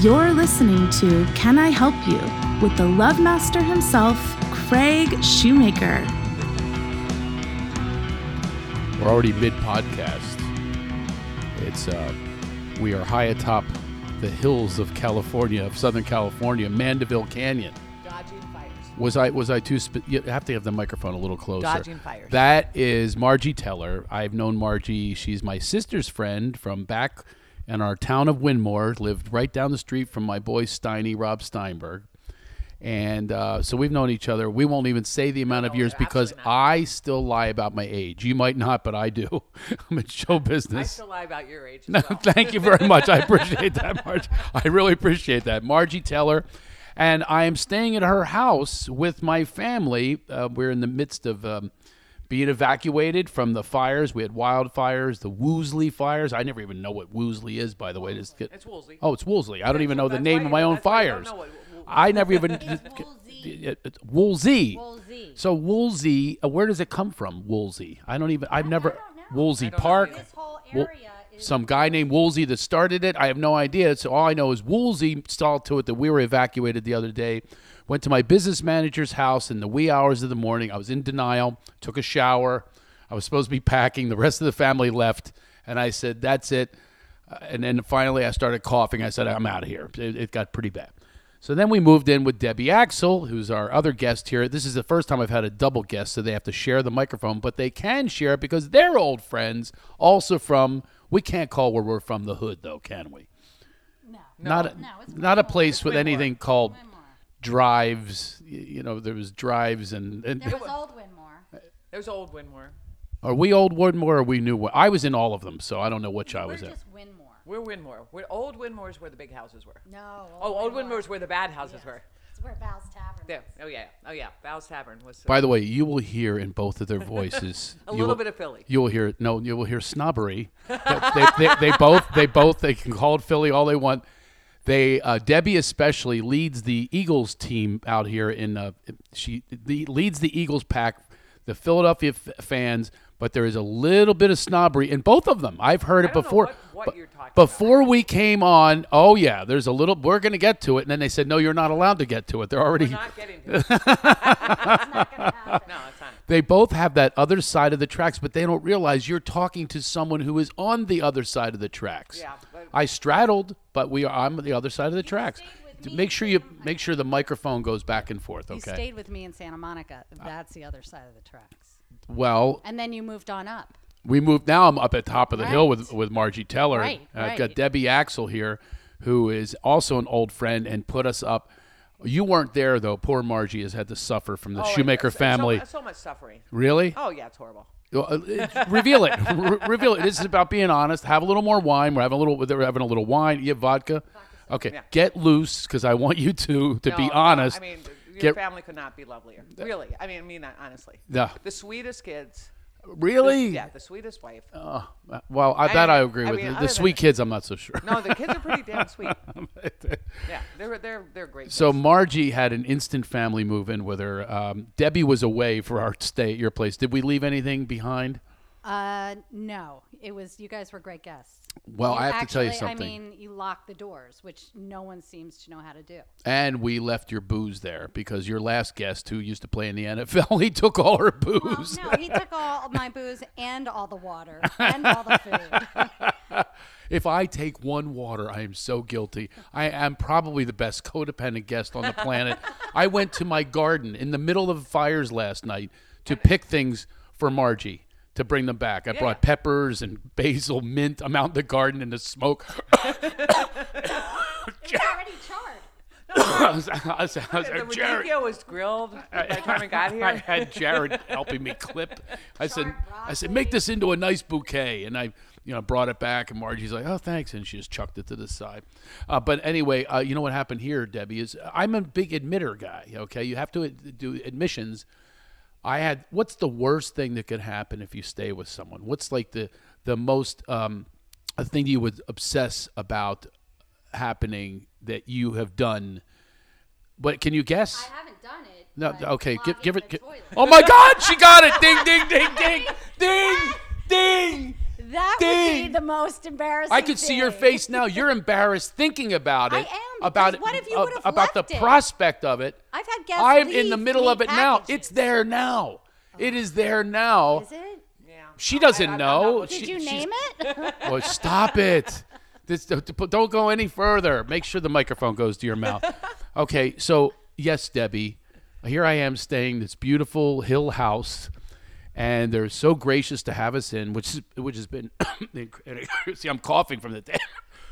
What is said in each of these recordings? You're listening to Can I Help You with the Love Master himself, Craig Shoemaker. We're already mid podcast. It's uh, we are high atop the hills of California, of Southern California, Mandeville Canyon. Dodging fires. Was I was I too? Sp- you have to have the microphone a little closer. Dodging fires. That is Margie Teller. I've known Margie. She's my sister's friend from back in our town of Winmore. Lived right down the street from my boy Steiny, Rob Steinberg. And uh, so we've known each other. We won't even say the amount of years because I still lie about my age. You might not, but I do. I'm in show I business. still lie about your age. as No, well. thank you very much. I appreciate that, Marge. I really appreciate that. Margie Teller. And I am staying at her house with my family. Uh, we're in the midst of um, being evacuated from the fires. We had wildfires, the Woosley fires. I never even know what Woosley is, by the way. This kid- It's Woolsey. Oh, it's Woolsey. I don't even know the that's name why of you- my own that's why you don't fires. know what Wo- I never even. Woolsey. It's Woolsey. Woolsey. So Woolsey, uh, where does it come from? Woolsey. I don't even. I've never. don't know. Woolsey I don't know Park. This whole Wool- area is some guy named Woolsey that started it. I have no idea. So all I know is Woolsey saw to it that we were evacuated the other day. Went to my business manager's house in the wee hours of the morning. I was in denial. Took a shower. I was supposed to be packing. The rest of the family left, and I said, "That's it." Uh, And then finally, I started coughing. I said, "I'm out of here." It, it got pretty bad. So then we moved in with Debbie Axel, who's our other guest here. This is the first time I've had a double guest, so they have to share the microphone, but they can share it because they're old friends, also from, we can't call where we're from the hood, though, can we? no. Not a, No, it's not a Waymoore. place with Waymoore. anything called Winmore. drives. Y- You know, there was drives and. and There was old Winmore. There's old Winmore. are we old Woodmore or we new? Wo- I was in all of them, so I don't know which I We're was in. just Winmore. We're Winmore. We're, old Winmore's where the big houses were. No. Oh, old Winmore's where the bad houses Yes. were. It's where Val's Tavern. There. is. Oh yeah. Oh yeah. Bow's Tavern was. By the way, you will hear in both of their voices you A little will- bit of Philly. You will hear no, you will hear snobbery. they, they, they both, they both, they can call it Philly all they want. They uh, Debbie especially leads the Eagles team out here in uh, she the, leads the Eagles pack, the Philadelphia f- fans. But there is a little bit of snobbery in both of them. I've heard it I don't know before. what- what but- you're talking about. before we came on, oh yeah, there's a little. We're going to get to it, and then they said, no, you're not allowed to get to it. They're already We're not getting to it. It's not going to happen. No, it's not. they both have that other side of the tracks, but they don't realize you're talking to someone who is on the other side of the tracks. Yeah, but- I straddled, but we are I'm on the other side of the tracks. stayed with D- me, Make sure you Sam. make sure the microphone goes back and forth, You okay? Ah. stayed with me in Santa Monica. That's the other side of the tracks. Well, And then you moved on up. we moved now I'm up at top of the hill with Right. with Margie Teller. Right, And I've got right. Debbie Axel here who is also an old friend and put us up. You weren't there though. Poor Margie has had to suffer from the Oh, and Shoemaker so- family. So, so much suffering. really? Oh yeah, it's horrible. Uh, uh, reveal it. Re- reveal it. This is about being honest. Have a little more wine. We're having a little. We're having a little wine. You have vodka. Okay, Yeah. get loose because I want you two to Oh, No, be no, honest. I mean, your Get- family could not be lovelier. Really. I mean, I mean that honestly. Yeah. The sweetest kids. really? Yeah, the sweetest wife. Uh, well, I, that I agree I with. mean, you. the other sweet than- kids, I'm not so sure. No, the kids are pretty damn sweet. Yeah, they're they're they're great. so Margie had an instant family move in with her. Um, Debbie was away for our stay at your place. Did we leave anything behind? Uh, no, it was you guys were great guests. Well, I have to tell you actually- something. I mean, you locked the doors, which no one seems to know how to do. And we left your booze there because your last guest, who used to play in the NFL, he took all her booze. Well, no, he took all my booze and all the water and all the food. If I take one water, I am so guilty. I am probably the best codependent guest on the planet. I went to my garden in the middle of fires last night to pick things for Margie to bring them back. I brought peppers and basil, mint. I'm out in the garden in the smoke. It's already charred. I was- I was- I was- the Jared. radicchio was grilled by the time we got I here. had Jared helping me clip. I said, Charred I said, make this into a nice bouquet, and I, you know, brought it back, and Margie's like, oh, thanks, and she just chucked it to the side. Uh, but anyway, uh, you know what happened here, Debbie is I'm a big admitter guy. Okay, you have to ad- do admissions. I had what's the worst thing that could happen if you stay with someone? What's like the the most um, a thing you would obsess about happening that you have done? But can you guess? I haven't done it. No, but okay, give, clogging give the it. gi- toilet. oh my God, she got it! Ding, ding, ding, ding, ding, ding. That would Ding! be the most embarrassing. I could see your thing. face now. You're embarrassed thinking about it. I am, About because what if you ab- would've about left the it? prospect of it? I've had guests I'm in leave the middle of it three now. packages. It's there now. It is there now. Is it? Oh, Yeah. She I'm not- doesn't I'm not know. looking- Did She- you she's- name it? Well, Oh, stop it. This, don't go any further. Make sure the microphone goes to your mouth. Okay, so yes, Debbie, here I am staying this beautiful hill house, and they're so gracious to have us in, which is, which has been. see, I'm coughing from the day.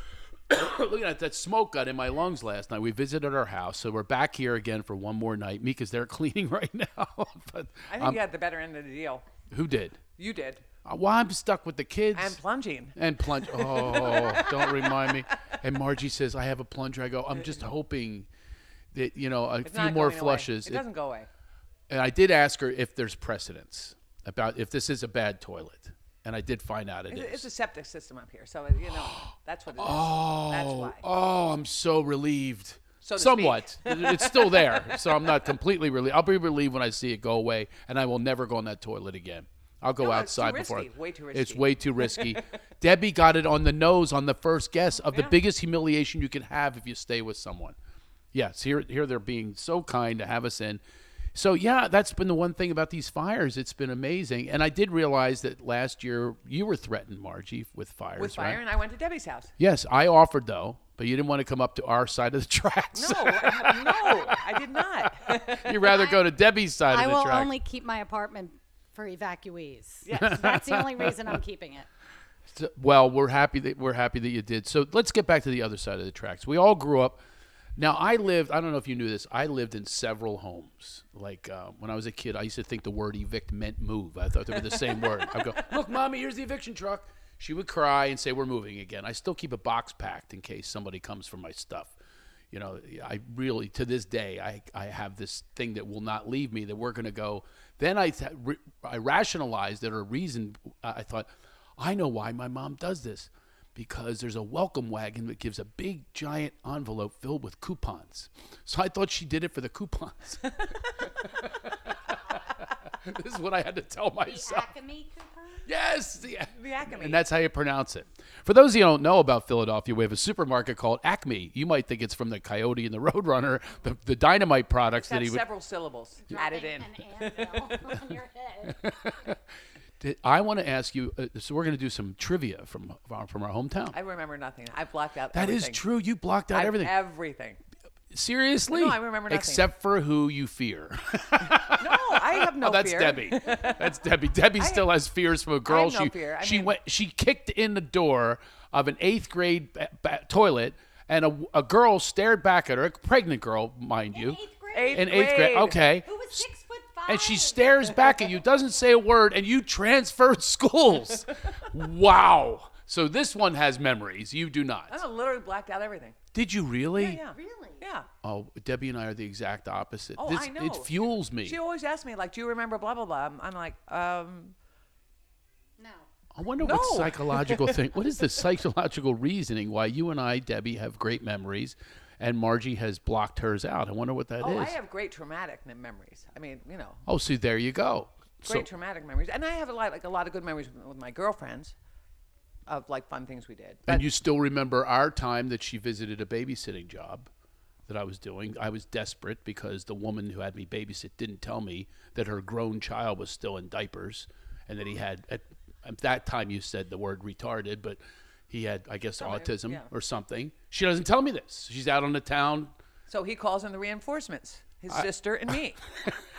Look at that, that smoke got in my lungs last night. We visited our house, so we're back here again for one more night. Mika's there cleaning right now, but I think you had the better end of the deal. who did? Uh, You did. Well, I'm stuck with the kids. And plunging. And plunge. Oh, don't remind me. And Margie says, I have a plunger. I go, I'm just hoping that, you know, a It's few not more going away. flushes. It doesn't go away. and I did ask her if there's precedence about if this is a bad toilet. And I did find out it It's, it's is. a septic system up here, so you know that's what it is. Oh, that's why. oh, I'm so relieved. So to Somewhat. it's still there. So I'm not completely relieved. I'll be relieved when I see it go away, and I will never go in that toilet again. I'll go No, it's too outside before. risky. Way too It's risky. way too risky. Debbie got it on the nose on the first guess of the biggest humiliation you can have if you stay with someone. Yes, here here they're being so kind to have us in. So yeah, that's been the one thing about these fires. It's been amazing, and I did realize that last year you were threatened, Margie, with fires. With fire, right? and I went to Debbie's house. Yes, I offered though, but you didn't want to come up to our side of the tracks. No, I- no, I did not. You'd rather go to Debbie's side I of the will track. only keep my apartment for evacuees. Yes. That's the only reason I'm keeping it. So- well, we're happy that we're happy that you did. So let's get back to the other side of the tracks. We all grew up. Now I lived. I don't know if you knew this. I lived in several homes. Like uh, when I was a kid, I used to think the word evict meant move. I thought they were the same word. I'd go, look, mommy, here's the eviction truck. She would cry and say, "We're moving again." I still keep a box packed in case somebody comes for my stuff. you know, I really to this day I, I have this thing that will not leave me that we're going to go. Then I th- re- I rationalized that or reasoned. I I thought I know why my mom does this because there's a welcome wagon that gives a big giant envelope filled with coupons. So I thought she did it for the coupons. this is what I had to tell myself. Acme coupon? Yes, the, The Acme. And that's how you pronounce it. For those who don't know about Philadelphia, we have a supermarket called Acme. You might think it's from the Coyote and the Roadrunner, the, the dynamite products that Got he would. several syllables added in. An anvil on your head. Did- I want to ask you. Uh, so we're going to do some trivia from from our hometown. I remember nothing. I blocked out. that is everything. true. You blocked out I've- everything. Everything. Seriously? No, I remember nothing. Except for who you fear. No, I have no Oh, that's fear. Debbie. That's Debbie. Debbie still has fears from a girl. no she fear. I she mean- went. She kicked in the door of an eighth grade ba- ba- toilet, and a, a girl stared back at her, a pregnant girl, mind you, Eighth grade? Eighth in eighth grade. grade. Okay. Who was six foot five? And she stares back at you, doesn't say a word, and you transferred schools. wow. So this one has memories. You do I not. literally blacked out everything. Did you really? Oh. Yeah. Really? Yeah. Oh, Debbie and I are the exact opposite. Oh, this, I know. It fuels me. She always asked me, like, do you remember blah, blah, blah? I'm, I'm like, um, No. I wonder what No. psychological thing. What is the psychological reasoning why you and I, Debbie, have great memories, and Margie has blocked hers out? I wonder what that is. oh, I have great traumatic mem- memories. I mean, you know, Oh, see, there you go. great so, traumatic memories. And I have a lot, like, a lot of good memories with, with my girlfriends of, like, fun things we did. But and you still remember our time that she visited a babysitting job that I was doing. I was desperate because the woman who had me babysit didn't tell me that her grown child was still in diapers, and that he had at, at that time you said the word retarded, but he had, I guess, autism yeah. or something. She doesn't tell me this. She's out on the town. so he calls in the reinforcements, his sister and me,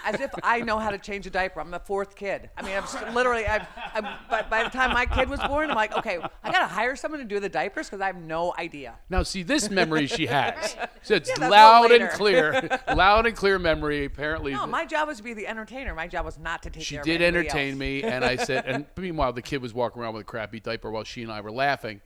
as if I know how to change a diaper. I'm the fourth kid. I mean, I'm s- literally, I've, I'm, but by the time my kid was born, I'm like, okay, I got to hire someone to do the diapers because I have no idea. Now, see this memory she has. So it's that's a loud little and later. clear, loud and clear memory. Apparently, No, that my job was to be the entertainer. My job was not to take she care of did anybody entertain else. me, and I said. And meanwhile, the kid was walking around with a crappy diaper while she and I were laughing.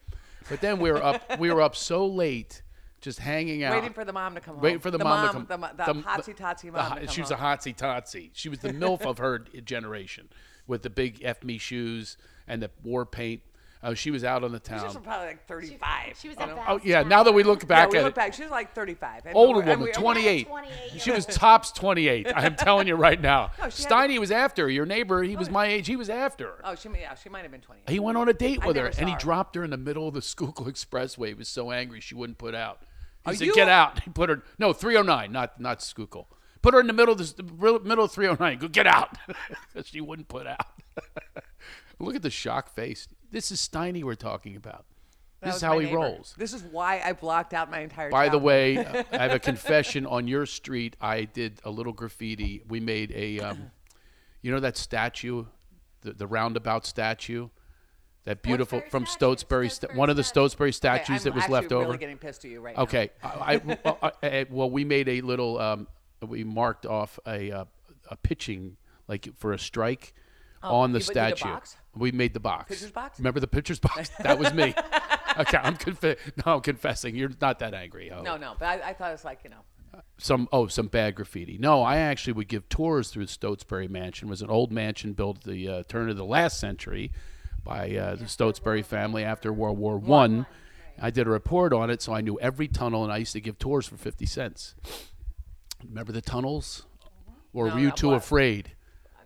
But then we were up. We were up so late, just hanging out, Waiting for the mom to come home. Waiting for the, The mom, mom- to the come. mo- the hotsy totsy the mom hot- to she come was a hotsy totsy. She was the milf of her generation, with the big f me shoes and the war paint. Uh, she was out on the She town. was probably like 35. She was you at know? that. oh yeah, now that we look Yeah, back we at look it, back. She was like 35. And older we were- and woman, we- and we- 28. 28-year-old. She was tops 28. I'm telling you right now. she had- Steiny was after her. Your neighbor, he was my age. He was after her. Oh, she may- yeah, she might have been 28. He went on a date I with her, never saw and he her. dropped her in the middle of the Schuylkill Expressway. He was so angry she wouldn't put out. He Are said, you- "Get out!" He put her no 309, not not Schuylkill. Put her in the middle of this the real- middle of 309. Go get out. 'Cause she wouldn't put out. Look at the shocked face. This is Steiny we're talking about. That This is was how my he neighbor. rolls. This is why I blocked out my entire. By the childhood. way, I have a confession on your street. I did a little graffiti. We made a, um, you know, that statue, the, the roundabout statue, that beautiful from statue, Stotesbury, sta- Stotesbury one of the statue. Stotesbury Okay, statues I'm that was actually left really over. Getting pissed at you right now. Okay. I, I- I- I- well, we made a little. Um, we marked off a uh, a pitching like for a strike on the Oh, you- but you did a statue. box? We made the box. Pitcher's box? Remember the pitcher's box? That was me. okay, I'm confi- No, I'm confessing. You're not that angry. Oh, No, no, but I, I thought it was like you know. some oh some bad graffiti. No, I actually would give tours through Stotesbury Mansion. It was an old mansion built at the uh, turn of the last century by uh, the Stotesbury family after World War One. I did a report on it, so I knew every tunnel, and I used to give tours for fifty cents. Remember the tunnels, or were you not too what? afraid?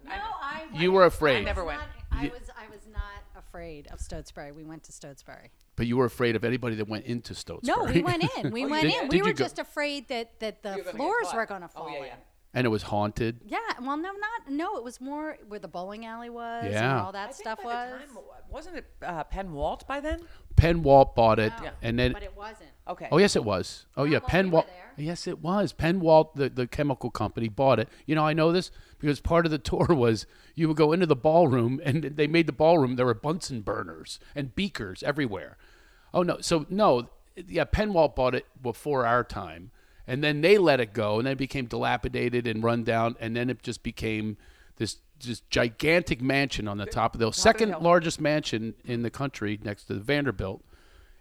No, I. You went. were I afraid, never was went. not- I was. I was not afraid of Stotesbury. We went to Stotesbury. but you were afraid of anybody that went into Stotesbury. No, we went in. We went did- in. did We you were go- just afraid that that the You're gonna get floors caught. were going to Oh fall. yeah, in. yeah. and it was haunted. Yeah, Well, no, not no. It was more where the bowling alley was Yeah. and all that I think stuff by was. the time, wasn't it uh, Penn Walt by then? Penwalt bought it, Yeah. and then But it wasn't. Okay. Oh yes, it was. Oh yeah, well, we were Penwalt. there. Yes, it was. Penwalt, the, the chemical company, bought it. You know, I know this because part of the tour was you would go into the ballroom, and they made the ballroom. There were Bunsen burners and beakers everywhere. Oh no, so no, yeah, Penwalt bought it before our time, and then they let it go, and then it became dilapidated and run down, and then it just became this just gigantic mansion on the top of the hill, second hill. largest mansion in the country next to Vanderbilt,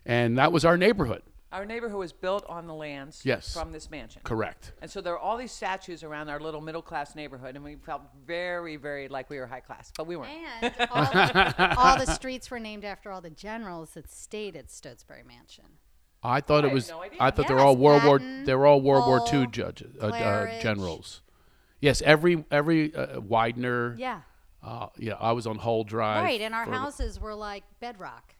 and that was our neighborhood. Our neighborhood was built on the lands Yes. from this mansion. Correct. And so there were all these statues around our little middle class neighborhood, and we felt very, very like we were high class, but we weren't. And all the, all the streets were named after all the generals that stayed at Stotesbury Mansion. I thought it had was. no idea. I thought they were Yes, all World War. Patton, They were all World War II Hull, judges, uh, uh, Claridge. generals. Yes, every every uh, Widener. Yeah. Uh, yeah, I was on Hull Drive. right, and our for- houses were like bedrock.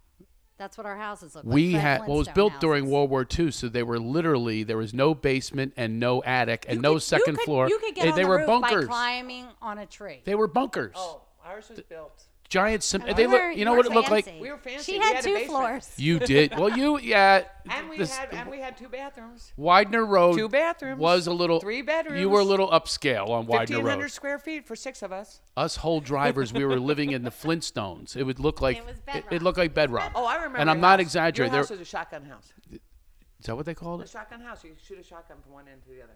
That's what our houses look like. We Fred had well, it was Flintstone built during houses. World War II, so they were literally there was no basement and no attic and You no could- you second could- floor. You could get they on they the were roof bunkers. by climbing on a tree. They were bunkers. Oh, ours was built. Giant. Sim- We they were- look. You know we what were it looked like. fancy. We were fancy. She We had, had a two basement. floors. You did well. You yeah. And we, this- had, and we had two bathrooms. Widener Road. Two bathrooms, was a little. three You were a bedrooms, little upscale on Widener Road. 1,500 square feet for six of us. us whole drivers, we were living in the Flintstones. It would look like It was it, bedrock. looked like bedrock. Oh, I remember. And I'm your not house. exaggerating. There, Your house was a shotgun house. is that what they called A it? shotgun house. You shoot a shotgun from one end to the other.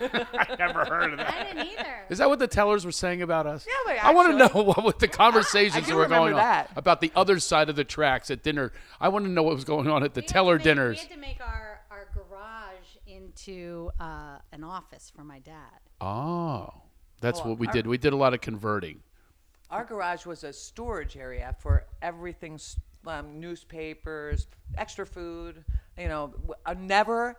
yeah, Never heard of that. I didn't either. Is that what the tellers were saying about us? they I want to know actually- what, what the conversations do that were going remember on that. about the other side of the tracks at dinner. I want to know what was going on at the teller dinners. We had to make our, our garage into uh, an office for my dad. Oh, that's what we did. We did a lot of converting. Our garage was a storage area for everything s- um, newspapers, extra food. You know, w- uh, never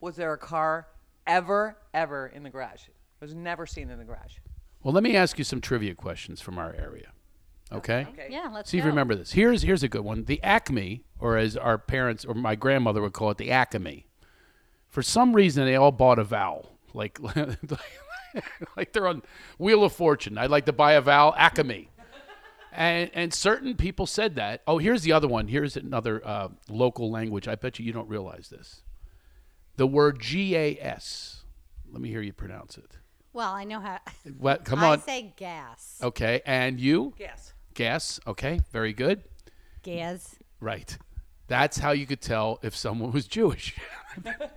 was there a car ever, ever in the garage. It was never seen in the garage. Well, let me ask you some trivia questions from our area. Okay. Okay. Yeah, let's See if go. you remember this. Here's here's a good one. The acme, or as our parents or my grandmother would call it, the acme. For some reason, they all bought a vowel, like like they're on Wheel of Fortune. I'd like to buy a vowel, acme. And, and certain people said that. Oh, here's the other one. Here's another uh, local language. I bet you you don't realize this. The word G A S. Let me hear you pronounce it. Well, I know how. What? Come I on. say gas. Okay. And you? Yes. Gas. Okay. Very good. Gas. Right. That's how you could tell if someone was Jewish.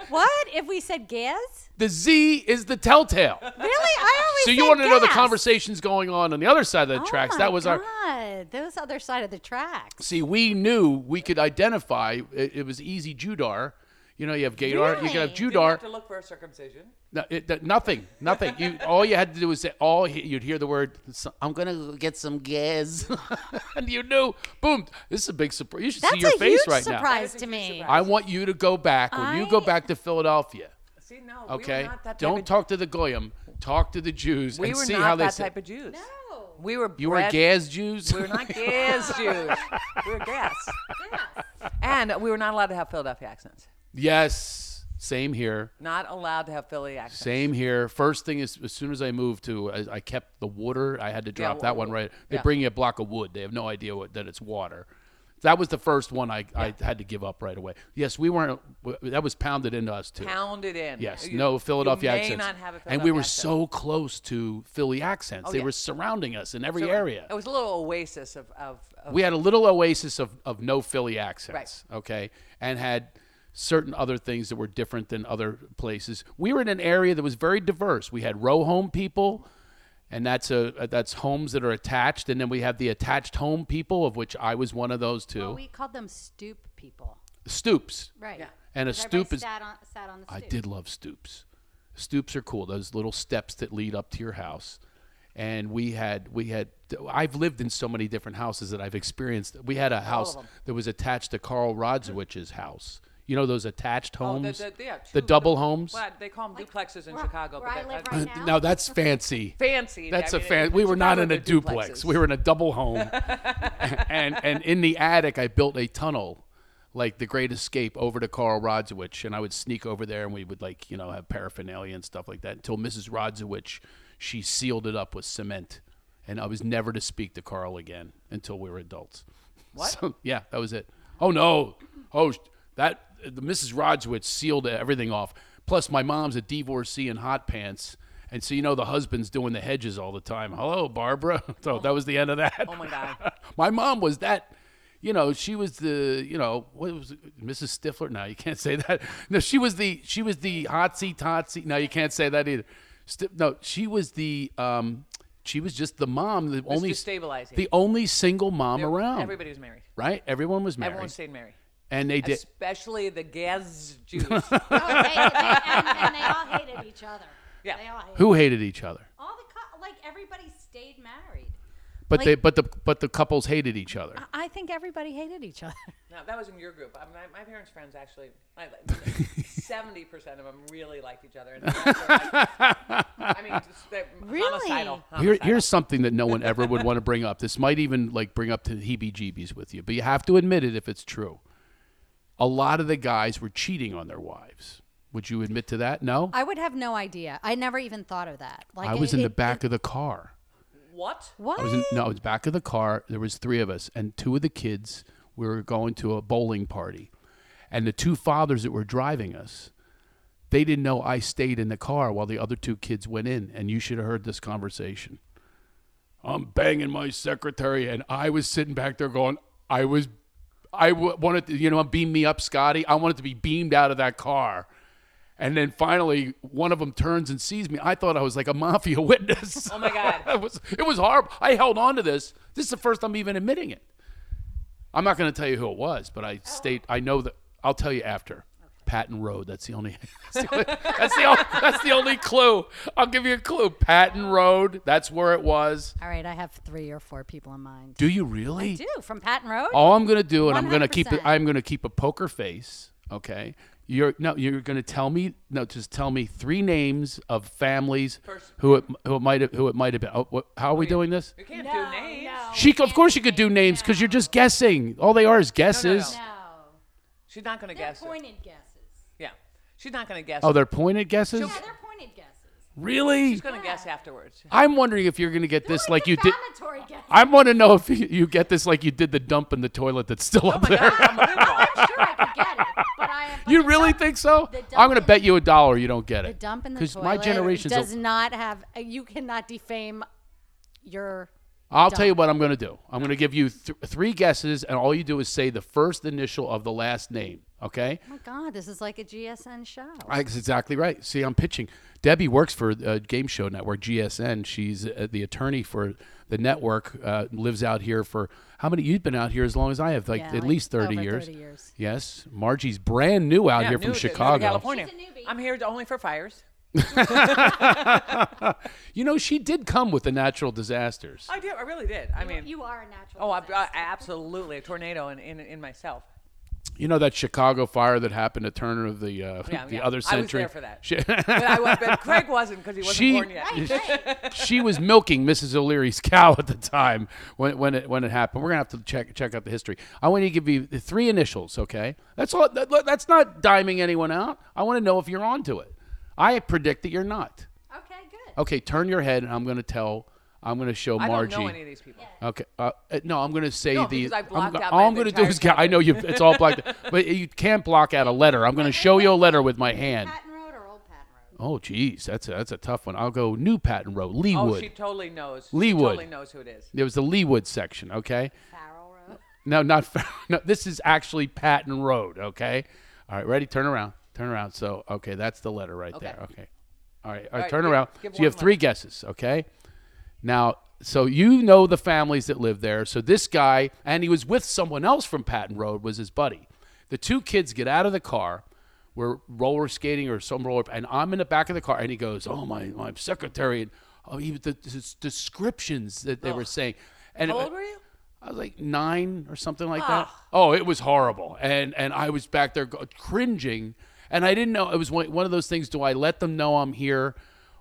What if we said gas? The Z is the telltale. Really? I always. So you said want to know the gas. conversations going on on the other side of the Oh tracks? my That was God, our Those other side of the tracks. see. We knew we could identify. It, it was easy Judar. You know, you have Gadar, you can have Really? Didn't Judar. have to look for a circumcision. No, it, that- nothing, nothing. You all you had to do was say all he- you'd hear the word. "So- I'm gonna go get some gas, and you knew. Boom! This is a big surprise. You should That's see your a face huge right now. surprise That is to a huge me. surprise. I want you to go back when you go I- back to Philadelphia. See, no, we were Okay, not that type don't of- talk to the goyim. Talk to the Jews We and were see not how they that say. type of Jews. No. we were. you were bred- gas Jews. We were not gas Jews. We were gas, Yes. and we were not allowed to have Philadelphia accents. yes, same here. Not allowed to have Philly accents. Same here. First thing is, as soon as I moved to, I, I kept the water. I had to drop well, that one right. They yeah. bring you a block of wood. They have no idea what, that it's water. That was the first one I, I had to give up right away. Yes, we weren't. w- That was pounded into us too. Pounded in. Yes, You- no Philadelphia you may accents. not have a and we were Philadelphia so accent. close to Philly accents. they yeah. were surrounding us in every So area. It was a little oasis of, of, of we had a little oasis of, of no Philly accents, okay, and had certain other things that were different than other places. We were in an area that was very diverse. We had row home people, and that's a uh, that's homes that are attached, and then we have the attached home people, of which I was one of those two. Oh, Well, we called them stoop people. Stoops, Right. and a Because stoop everybody is Sat on, sat on the I stoop. did love stoops. Stoops are cool. Those little steps that lead up to your house. And we had we had I've lived in so many different houses that I've experienced. We had a house that was attached to Carl Rodswich's house. You know those attached Oh, the- homes, the- yeah, two- the double homes. Well, they call them duplexes in where- Chicago. where but I that- live that- right now. Now that's fancy. Fancy. That's I a mean, fan. in We were not Chicago, in a they're duplex. duplexes. We were in a double home, and and in the attic I built a tunnel, like the Great Escape, over to Carl Rodzewicz, and I would sneak over there, and we would like you know have paraphernalia and stuff like that until Mrs. Rodzewicz, she sealed it up with cement, and I was never to speak to Carl again until we were adults. What? yeah, that was it. Oh no! Oh, sh- that the Mrs. Rodzewicz sealed everything off. Plus, my mom's a divorcee in hot pants. And so you know the husband's doing the hedges all the time. Hello, Barbara. So that was the end of that. Oh my God. my mom was that. You know, she was the you know what was it? Mrs. Stifler. Now you can't say that. No, she was the she was the hotsy totsy. No, you can't say that either. Sti- no, she was the um, she was just the mom, the only destabilizing. the only single mom They're- around. Everybody was married. right? Everyone was married, Everyone stayed married. and they did. Especially the Gaz Jews. Oh, they, they, and, and they all hated each other. Yeah. They all hated Who hated each other? all the cou- like everybody stayed married. But Like- they but the but the couples hated each other. I think everybody hated each other. now, that was in your group. I, my, my parents' friends actually, I, like, 70% of them really liked each other. And the rest were like, I mean, just, they're Really? homicidal. Here, homicidal. here's something that no one ever would want to bring up. This might even like bring up to heebie-jeebies with you, but you have to admit it if it's true. A lot of the guys were cheating on their wives. Would you admit to that? No, I, I would have no idea. I never even thought of that. Like was it- in the it- back it- of the car. What? what? I was in, no, I was back of the car. There was three of us, and two of the kids we were going to a bowling party, and the two fathers that were driving us, they didn't know I stayed in the car while the other two kids went in, and you should have heard this conversation. I'm banging my secretary, and I was sitting back there going, I was, I w- wanted to, you know, beam me up, Scotty. I wanted to be beamed out of that car. And then finally, one of them turns and sees me. I thought I was like a mafia witness. Oh my God. it was it was horrible. I held on to this. This is the first I'm even admitting it. I'm not going to tell you who it was, but Oh. I state I know that I'll tell you after. Patton Road. That's the only. That's the only. That's the only, that's the only clue. I'll give you a clue. Patton Road. That's where it was. All right, I have three or four people in mind. Do you really? Do from Patton Road? All I'm gonna do, and I'm gonna keep it. 100%. I'm gonna keep a poker face. Okay. You're no. You're gonna tell me no. Just tell me three names of families who it who it might have who it might have been. Oh, what, how are we doing this? You can't no, do names. no, She, of course, you could do names because you're just guessing. All they are is guesses. no. no. She's not going to They're guess. it. pointed guesses. Yeah. She's not going to guess. Oh, they're pointed guesses. Yeah, they're pointed guesses. Really? She's going to guess afterwards. I'm wondering if you're gonna get this like you did. Defamatory guesses. I want to know if you- you get this like you did the dump in the toilet that's Oh still up there. I'm sure I could get it, but I. But You the really dump- think so? the I'm going to dump bet you a dollar you don't get The it. dump in the Because toilet my generation's. does A, not have. You cannot defame your. I'll tell you what I'm going to do. I'm going to give you th- three guesses, and all you do is say the first initial of the last name. Okay. Oh my God, this is like a GSN show. I- That's exactly right. See, I'm pitching. Debbie works for uh, Game Show Network, GSN. She's uh, the attorney for the network, uh, lives out here for how many? You've been out here as long as I have, like Yeah, at like least 30 over years. 30 years. Yes. Margie's brand new out Yeah, here from new to- new to Chicago. California. She's a newbie. I'm here only for fires. You know, she did come with the natural disasters. I did. I really did. I mean, you are a natural. oh, I, I disaster. absolutely a tornado in, in, in myself. You know that Chicago fire that happened at turn of the uh, Yeah, the yeah. other I was century. there for that. She, But, I was, but Craig wasn't because he wasn't she, born yet. she was milking Mrs. O'Leary's cow at the time when, when it when it happened. We're gonna have to check check out the history. I want you to give you the three initials, okay? That's all. That, that's not diming anyone out. I want to know if you're onto it. I predict that you're not. okay, good. Okay, turn your head, and I'm gonna tell. I'm gonna show I Margie. don't know any of these people. Okay. Uh, uh, no, I'm going to say No, the. because I I'm blocked go- out all my I'm going to do entire is get. I know you. It's all blocked, out, but you can't block out a letter. I'm going to show you a letter with my hand. Patent Road or Old Patent Road? Oh, geez, that's a, that's a tough one. I'll go New Patton Road, Oh, Leewood. she totally knows. She Leewood. totally knows who it is. there was the Leewood section. Okay. Farrell Road? No, not. Fa- No, this is actually Patton Road. Okay. All right. Ready? Turn around. Turn around. So, okay, that's the letter right Okay. there. Okay. All right. All right. right, turn give- around. give so you one have three letter. guesses. Okay. Now, so you know the families that live there. So this guy, and he was with someone else from Patton Road, was his buddy. The two kids get out of the car. We're roller skating or some roller, and I'm in the back of the car, and he goes, "Oh my, my secretary." And, oh, he, the, the descriptions that they were saying. And How it- old were you? I was like nine or something like that. Oh, it was horrible, and and I was back there go- cringing, and I didn't know it was one, one of those things. Do I let them know I'm here,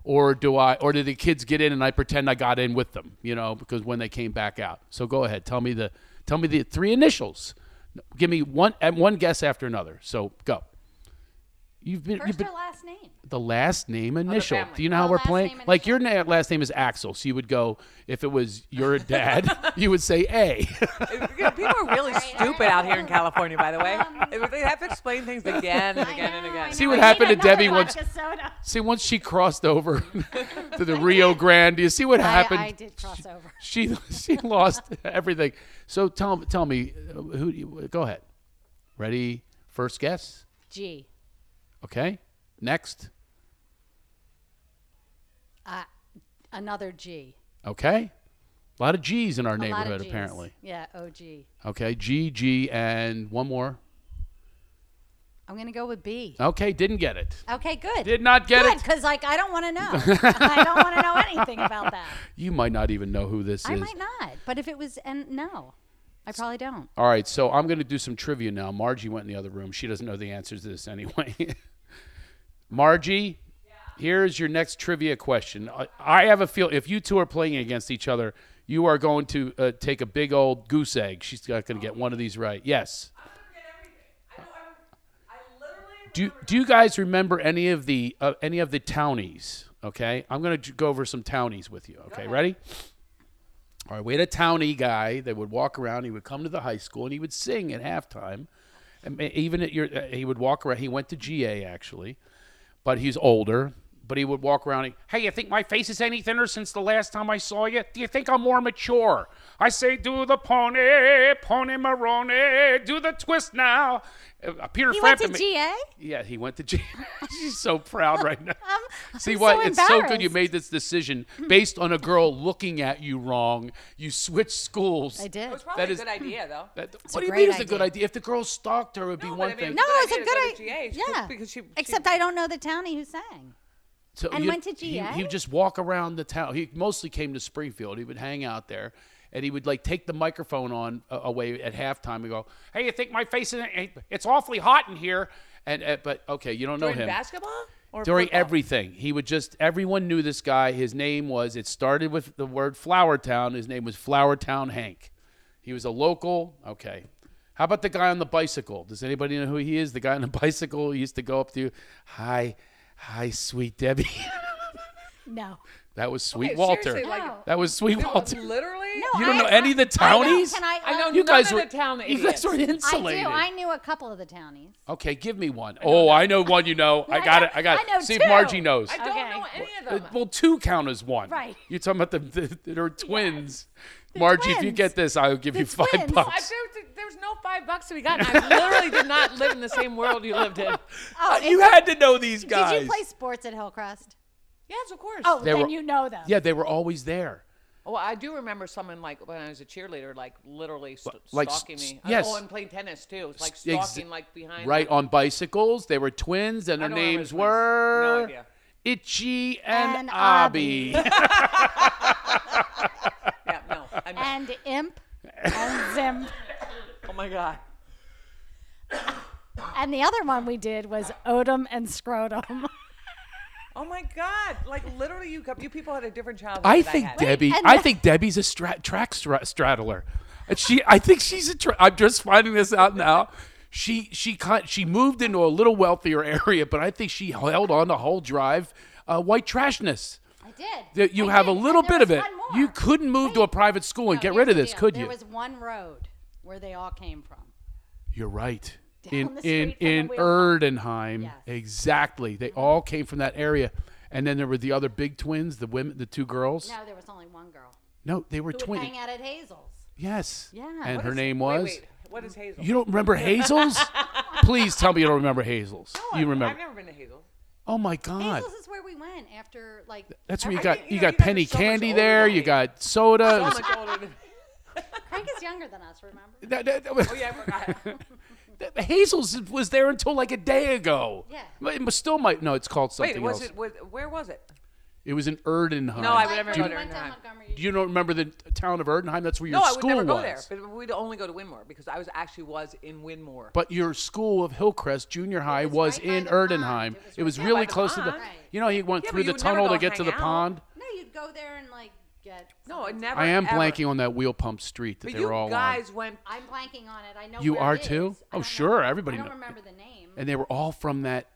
or do I, or do the kids get in and I pretend I got in with them? You know, because when they came back out. So go ahead, tell me the tell me the three initials. Give me one and one guess after another. So go. You've been, you've First been or last name? the last name initial. family. Do you know how Oh, we're last playing? name Like your na- last name is Axel, so you would go if it was your dad, you would say A. Yeah, people are really stupid out here in California, by the way. They have to explain things again and I again and know, I again. See know. what I need happened to another Debbie once- vodka soda. see, once she crossed over to the Rio Grande, do you see what happened? I did cross over. She she lost everything. So tell tell me uh, who do you, go ahead. Ready? First guess. G. Okay. Next. Uh, another G. Okay. A lot of G's in our A lot of neighborhood Gs. apparently. Yeah, OG. Okay. G G and one more. I'm going to go with B. Okay, didn't get it. Okay, good. Did not get good, it. because like I don't want to know. I don't want to know anything about that. You might not even know who this I is. might not, but if it was, and no, I probably don't. All right, so I'm going to do some trivia now. Margie went in the other room. She doesn't know the answers to this anyway. Margie, here's your next trivia question. I, I have a feel if you two are playing against each other, you are going to uh, take a big old goose egg. She's not going to get one of these right. Yes. Do, do you guys remember any of the uh, any of the townies? Okay, I'm going to go over some townies with you. Okay, ready? All right, we had a townie guy that would walk around. He would come to the high school and he would sing at halftime. And ma- even at your, uh, he would walk around. He went to GA actually, but he's older. But he would walk around. And, hey, you think my face is any thinner since the last time I saw you? Do you think I'm more mature? I say, do the pony, pony maroni, do the twist now. Uh, uh, Peter He went Frampton to ma- GA. yeah, he went to jail. She's so proud right now. I'm See so what? it's so good you embarrassed. Hmm. made this decision based on a girl looking at you wrong. You switched schools. I did. It was probably That is- a good idea, though. That, a what do you great mean it's a good idea. idea? If the girl stalked her, it would be No, but one I mean, thing. it's No, Good it's a idea to go good to GA. idea. It's Yeah, good because she- she- except I don't know the townie who sang. So And you- went to he- He, GA? would just walk around the town. He mostly came to Springfield. He would hang out there, and he would like take the microphone on uh, away at halftime and go, "Hey, you think my face is? eh, It's awfully hot in here." And uh, but okay, you don't During know him. basketball? Or during football? everything. He would just everyone knew this guy. His name was it started with the word Flower Town. His name was Flower Town Hank. He was a local. Okay. How about the guy on the bicycle? Does anybody know who he is? The guy on the bicycle he used to go up to you, hi, hi, sweet Debbie. No, that was sweet Okay, Walter. seriously, like- No. that was sweet Dude, Walter. Literally? no. You don't I- know any of the I don't- townies? Can I? I know um, You guys None were of the town you guys idiots. were I do, I insulated. do. I knew a couple of the townies. Okay, give me one. Oh, I know one. You know, I got it. I got it. I know See two. if Margie knows. I don't Okay. know any of Uh, them. Well, two count as one. Right. You're talking about the, the, that are twins. Margie, if you twins. get this, I'll give The you five twins. I, bucks. there, was- there was was no five bucks to be gotten. I literally did not live in the same world you lived in. Oh, You and- had to know these guys. Did you play sports at Hillcrest? Yes, of course. Oh, They then were- you know them. Yeah, they were always there. Well, I do remember someone like when I was a cheerleader, like literally st- Like, stalking s- me. yes. Oh, and playing tennis too. It's like S- ex- stalking, like behind. Right the- on bicycles. They were twins, and their don't know names which ones. No were idea. Itchy and, And Abby. Yeah, no. I know. And Imp and Zimp. oh my god. And the other one we did was Odom and Scrotum. Oh my god. Like literally, you you people had a different childhood. I than think I had. Debbie. and I the- think Debbie's a stra- track stra- straddler. And she, I think she's a. Tra- I'm just finding this out now. She she cut- she moved into a little wealthier area, but I think she held on to whole drive uh, white trashness. I did. That you I have did, a and little there bit was of it. one more. You couldn't move to a private school and No, get here's rid of the this, deal. could there you? was one road where they all came from. You're right. Down In the in street from in the wheel. Erdenheim, Yes. exactly. They all came from that area, and then there were the other big twins, the women, the two girls. No, there was only one girl No, they were who would twins. hang out at Hazel's. Yes. Yeah. And What her is- name Wait, was. wait. What is Hazel? You don't remember Hazel's? Please tell me you don't remember Hazel's. No, you I've- remember? I've never been to Hazel. oh my God. Hazel's is where we went after like. That's where you I got think, you, you know, got you guys are penny so much candy older there. than You me. oh, got soda. So It was- much older than. Crank is younger than us. Remember? that- that- that was- Oh yeah, uh, I forgot. that- Hazel's was there until like a day ago. Yeah. But it was still might. No, it's called something Wait, was else. it? Was, where was it? It was in Erdenheim. No, I would Like, never when go we to went down Anaheim. Montgomery. You don't remember the town of Erdenheim? That's where your No, I would school never go was. there. But we'd only go to Winmore because I was actually was in Winmore. But your school of Hillcrest Junior High was was, right by in the Erdenheim. pond. It was It was right by really the close to the. pond. Right. You know, he went Yeah, through but the you would never tunnel to go get to the hang out. pond. No, you'd go there and like get. no, I something to- never. I am ever. blanking on that wheel pump street that But they you were all guys on. went. I'm blanking on it. I know. You where are it too? is. I Oh, don't sure, know- everybody I don't kno- remember the name. And they were all from that.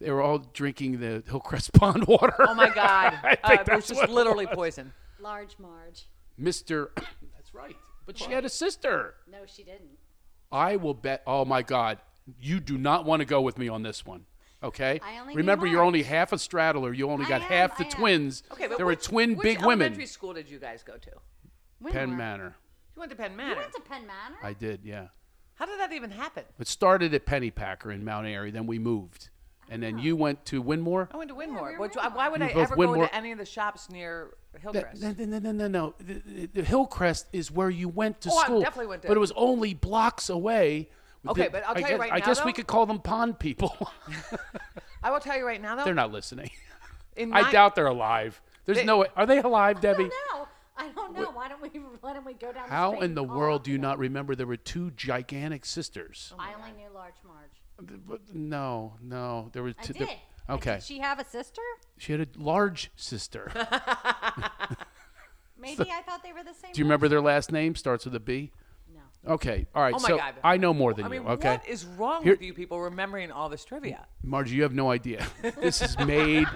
They were all drinking the Hillcrest Pond water. Oh my God! I think uh, it that's was just what it literally was. poison. Large Marge. Mr. That's right. But she had a sister. No, she didn't. I will bet. Oh my God, you do not want to go with me on this one. Okay. I only knew Remember, you're Marge. only half a straddler. You only I got am, half the I am. twins. Okay, but there were which, twin which big elementary women. school did you guys go to? You Penn Winmore. Manor. went to Penn You Manor. went to Penn Manor. I did. Yeah. How did that even happen? It started at Penny Packer in Mount Airy. Then we moved, and Ah. then you went to Winmore. I went to Winmore. we were Which- why would You I were both ever go Winmore- to any of the shops near Th- Hillcrest? No, no, no, no, no, no. The- The, the Hillcrest is where you went to Oh, I school. definitely went to- But it was only blocks away. Okay, The- but I'll I tell you guess, right I now, guess we though- could call them pond people. I will tell you right now, though. they're not listening. in I my- doubt they're alive. There's They- no way. Are they alive, I Debbie? don't know. I don't know. Why don't we? Why don't we go down? How the street in the and call world up do you to not them? remember there were two gigantic sisters? I only knew Large Marge. But No, no, there were I two. did. there- I did. okay, she, she have a sister? had a large sister. Maybe I thought they were the same. do you remember their last name? Starts with a B. No. Okay, all right. Oh my so God. I know more than I mean, you. Okay, what is wrong Here- with you people remembering all this trivia? Margie, you have no idea. This has made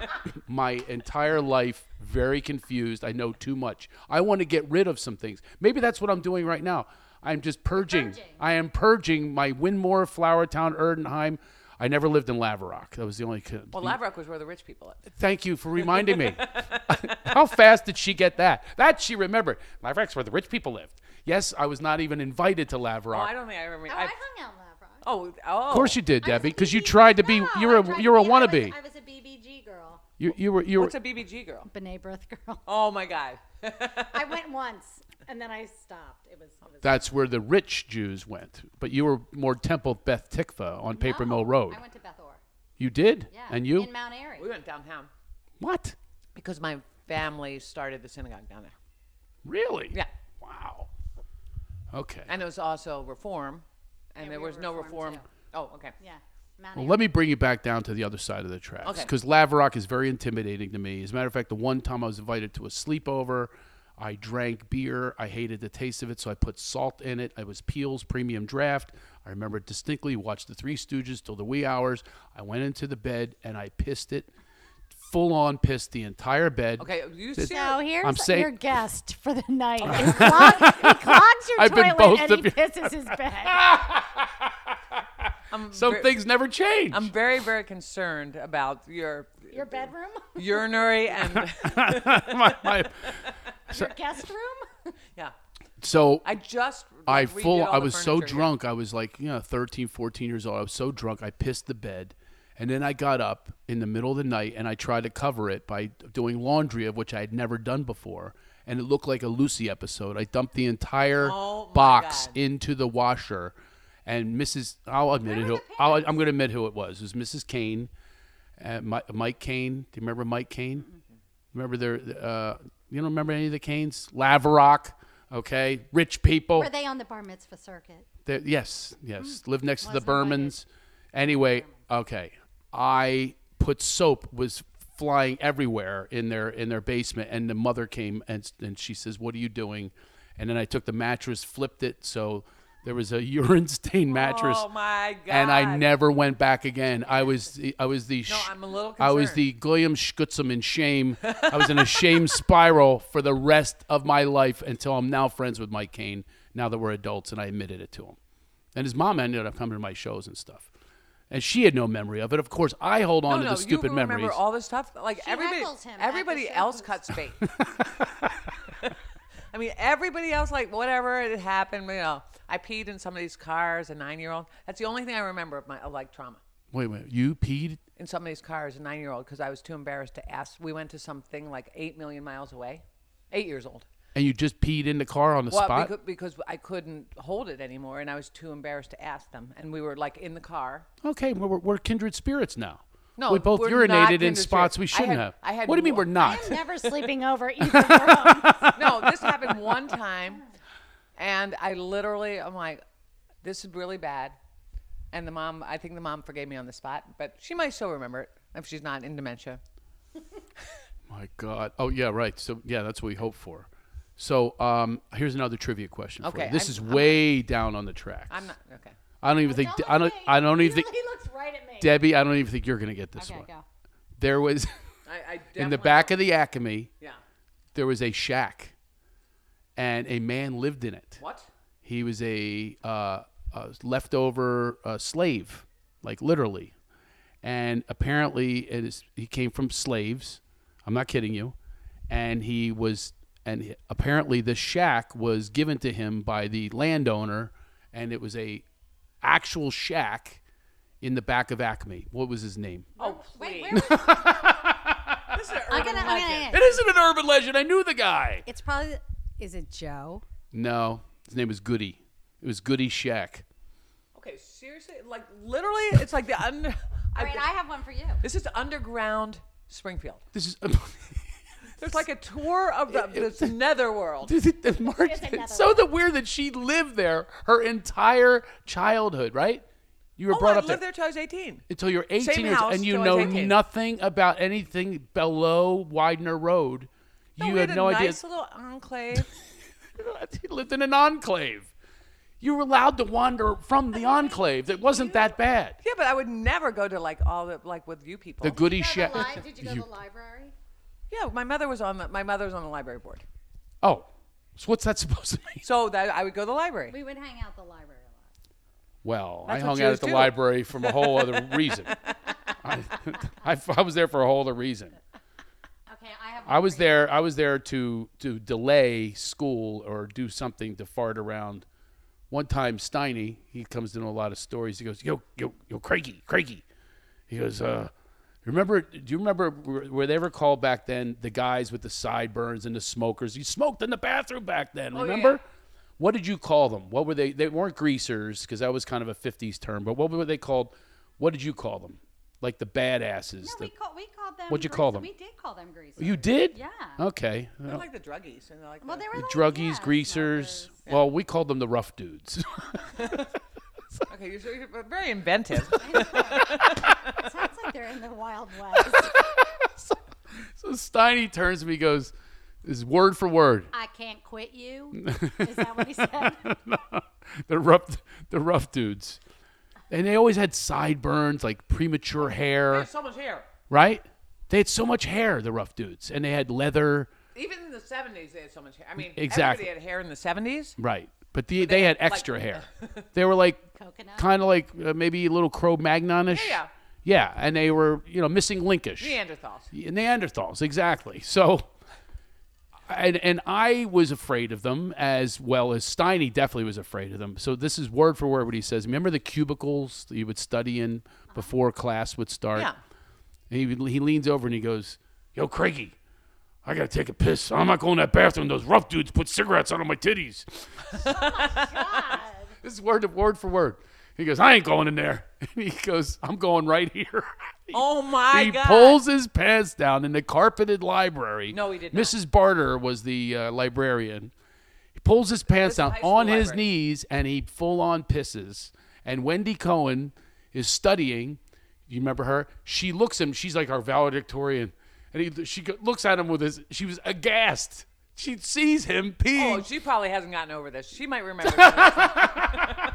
my entire life very confused. I know too much. I want to get rid of some things. Maybe that's what I'm doing right now. I'm just purging. purging. I am purging my Winmore, Flowertown, Erdenheim. I never lived in Laverock. That was the only. co- Well, Lavrock was where the rich people lived. Thank you for reminding me. How fast did she get that? That she remembered. Laverock's where the rich people lived. Yes, I was not even invited to Laverock. Oh, I don't think I remember. Oh, I, I, hung out in Lavrock. oh, oh. of course you did, I was a Debbie, because you BBG tried to be. no, you're I a tried you're to a be- I was- wannabe. I was a BBG girl. You you were you were. What's a BBG girl? B'nai B'rith girl. Oh my God. I went once and then I stopped. It was. It was That's where the rich Jews went. But you were more Temple Beth Tikva on Paper No, Mill Road. I went to Beth Or. you did? Yeah. And you? in Mount Airy. We went downtown what? because my family started the synagogue down there. Really? Yeah. Wow. Okay. And it was also reform, and Yeah, there we was were no Reform, reform. too. Oh, okay. Yeah. Mount Well, Airy. let me bring you back down to the other side of the tracks Okay. because Laverock is very intimidating to me. As a matter of fact, the one time I was invited to a sleepover, I drank beer. I hated the taste of it, so I put salt in it. It was Peel's Premium Draft. I remember it distinctly. Watched the Three Stooges till the wee hours. I went into the bed and I pissed it, full on pissed the entire bed. Okay, you This- see, So here's I'm saying- your guest for the night. He clogs, he clogs your I've been toilet both and of he you. pisses his bed. Some things never change. I'm very, very concerned about your Your bedroom? urinary and My- my- Your guest room? yeah. so I just I like, redid full all I the was so furniture here. drunk. I was like, you know, 13, 14 years old. I was so drunk. I pissed the bed. And then I got up in the middle of the night and I tried to cover it by doing laundry of which I had never done before. And it looked like a Lucy episode. I dumped the entire Oh my box God. into the washer. And Mrs. I'll admit it. Who, I'll, I'm going to admit who it was. It was Mrs. Kane, uh, Mi- Mike Kane. Do you remember Mike Kane? Remember their? Uh, you don't remember any of the Canes? Laverock. Okay, rich people. Were they on the bar mitzvah circuit? There- yes, yes. Mm. Live next to the Wasn't invited. Burmans. Anyway, okay. I put soap was flying everywhere in their in their basement, and the mother came and and she says, "What are you doing?" And then I took the mattress, flipped it, so there was a urine stained mattress. Oh my god! And I never went back again. I was I was the sh- I'm a little I was concerned. the Guillaume Schutzum in shame. I was in a shame spiral for the rest of my life until I'm now friends with Mike Kane. Now that we're adults, and I admitted it to him. And his mom ended up coming to my shows and stuff. And she had no memory of it. Of course, I hold on No, to no, the stupid you remember memories. all this stuff. Like She everybody, heckles him at the everybody show else booth. cuts bait. I mean, everybody else like whatever it happened. You know, I peed in somebody's car as a nine-year-old. That's the only thing I remember of my of, like trauma wait, wait. You peed? in somebody's car as a nine-year-old because I was too embarrassed to ask. We went to something like eight million miles away, eight years old. And you just peed in the car on the Well, spot? becau- because I couldn't hold it anymore, and I was too embarrassed to ask them. And we were like in the car. okay, well, we're, we're kindred spirits now. No, we both we're not urinated in kindred spots we spirits. I shouldn't had- have. I had what do you mean we're one- not? I'm never sleeping over either room. no, this happened one time, and I literally, I'm like, this is really bad. And the mom, I think the mom forgave me on the spot, but she might still remember it if she's not in dementia. My God. Oh yeah, right. So yeah, that's what we hope for. So um, here's another trivia question for Okay, you. This I'm- is way down on the tracks. I'm not okay. I don't even think. I don't. I don't even think. He looks right at me. Debbie, I don't even think you're gonna get this Okay, one. go. There was I, I in the back of the Acme. Yeah. There was a shack, and a man lived in it. What? He was a, uh, a leftover uh, slave, like literally, and apparently it is, he came from slaves. I'm not kidding you, and he was and he- apparently this shack was given to him by the landowner, and it was a actual shack in the back of Acme. What was his name? Oh, Wait, please. where was This is an I'm urban gonna, I'm legend. gonna, It isn't an urban legend. I knew the guy. It's probably. Is it Joe? No, his name was Goody. It was Goody Shack. Okay, seriously, like literally, it's like the under. All right, I I, have one for you. this is underground Springfield. This is. There's like a tour of the, this netherworld. Is it- is Marge- There's another it's so the weird that she lived there her entire childhood, right? You were Oh, brought I up there, lived there till I was 18. until you're 18 Same years house and you till I know was 18. nothing about anything below Widener Road. No, you Oh, we had, a no nice idea. little enclave. you lived in an enclave. You were allowed to wander from the enclave. It wasn't that bad. yeah, but I would never go to like all the like with you people. The Goody Did you Shack. go to the li- did you go to the library? Yeah, my mother was on the my mother was on the library board, Oh, so what's that supposed to mean? so that I would go to the library. We would hang out at the library a lot. Well, That's I what hung out Jews at the do. library from a whole other reason. I, I, I was there for a whole other reason. Okay, I have. One I was for you. there. I was there to to delay school or do something to fart around. One time, Steiny, he comes to know a lot of stories. He goes, "Yo, yo, yo, Craigie, Craigie." He goes, "Uh, remember? Do you remember were, were they ever called back then? The guys with the sideburns and the smokers. You smoked in the bathroom back Oh, then. Remember? What did you call them? What were they? They weren't greasers because that was kind of a '50s term. But what were they called? What did you call them? Like the badasses. No, the- we, call, we called them. What'd you call greasers. them? We did call them greasers. you did? Yeah. Okay. They're like the druggies and they're like Well, the- they were the like, druggies, yeah, greasers. smokers. Well, we called them the rough dudes. uh, okay, you're, so- you're very inventive. Sounds like they're in the Wild West. so Steiny turns to me, goes, "This is word for word, I can't quit you. Is that what he said? the rough, the rough dudes." And they always had sideburns, like premature hair, There's so much hair. right? They had so much hair, the rough dudes, and they had leather, Even in the 70s, they had so much hair. I mean, Exactly. everybody had hair in the 70s. right? But the, they, had had, like- extra hair. They were like Coconut. kind of like uh, maybe a little Crow Magnonish. Yeah, yeah, and they were you know missing linkish. Neanderthals. Neanderthals, exactly. So and, and I was afraid of them as well as Steiny definitely was afraid of them. So this is word for word what he says. Remember the cubicles that you would study in before class would start? Yeah. He, he leans over and he goes, Yo, Craigie, I got to take a piss. I'm not going to that bathroom. Those rough dudes put cigarettes out of my titties. this is word, word for word. He goes, I ain't going in there. And he goes, I'm going right here. Oh my he god. pulls his pants down in the carpeted library. No, he did not. Mrs. Barter was the uh, librarian. He pulls his pants That's down the high school on his library. knees and he full on pisses. And Wendy Cohen is studying. You remember her? She looks at him. She's like our valedictorian, and he she go- looks at him with his. She was aghast. She sees him peeing. Oh, she probably hasn't gotten over this. She might remember. this.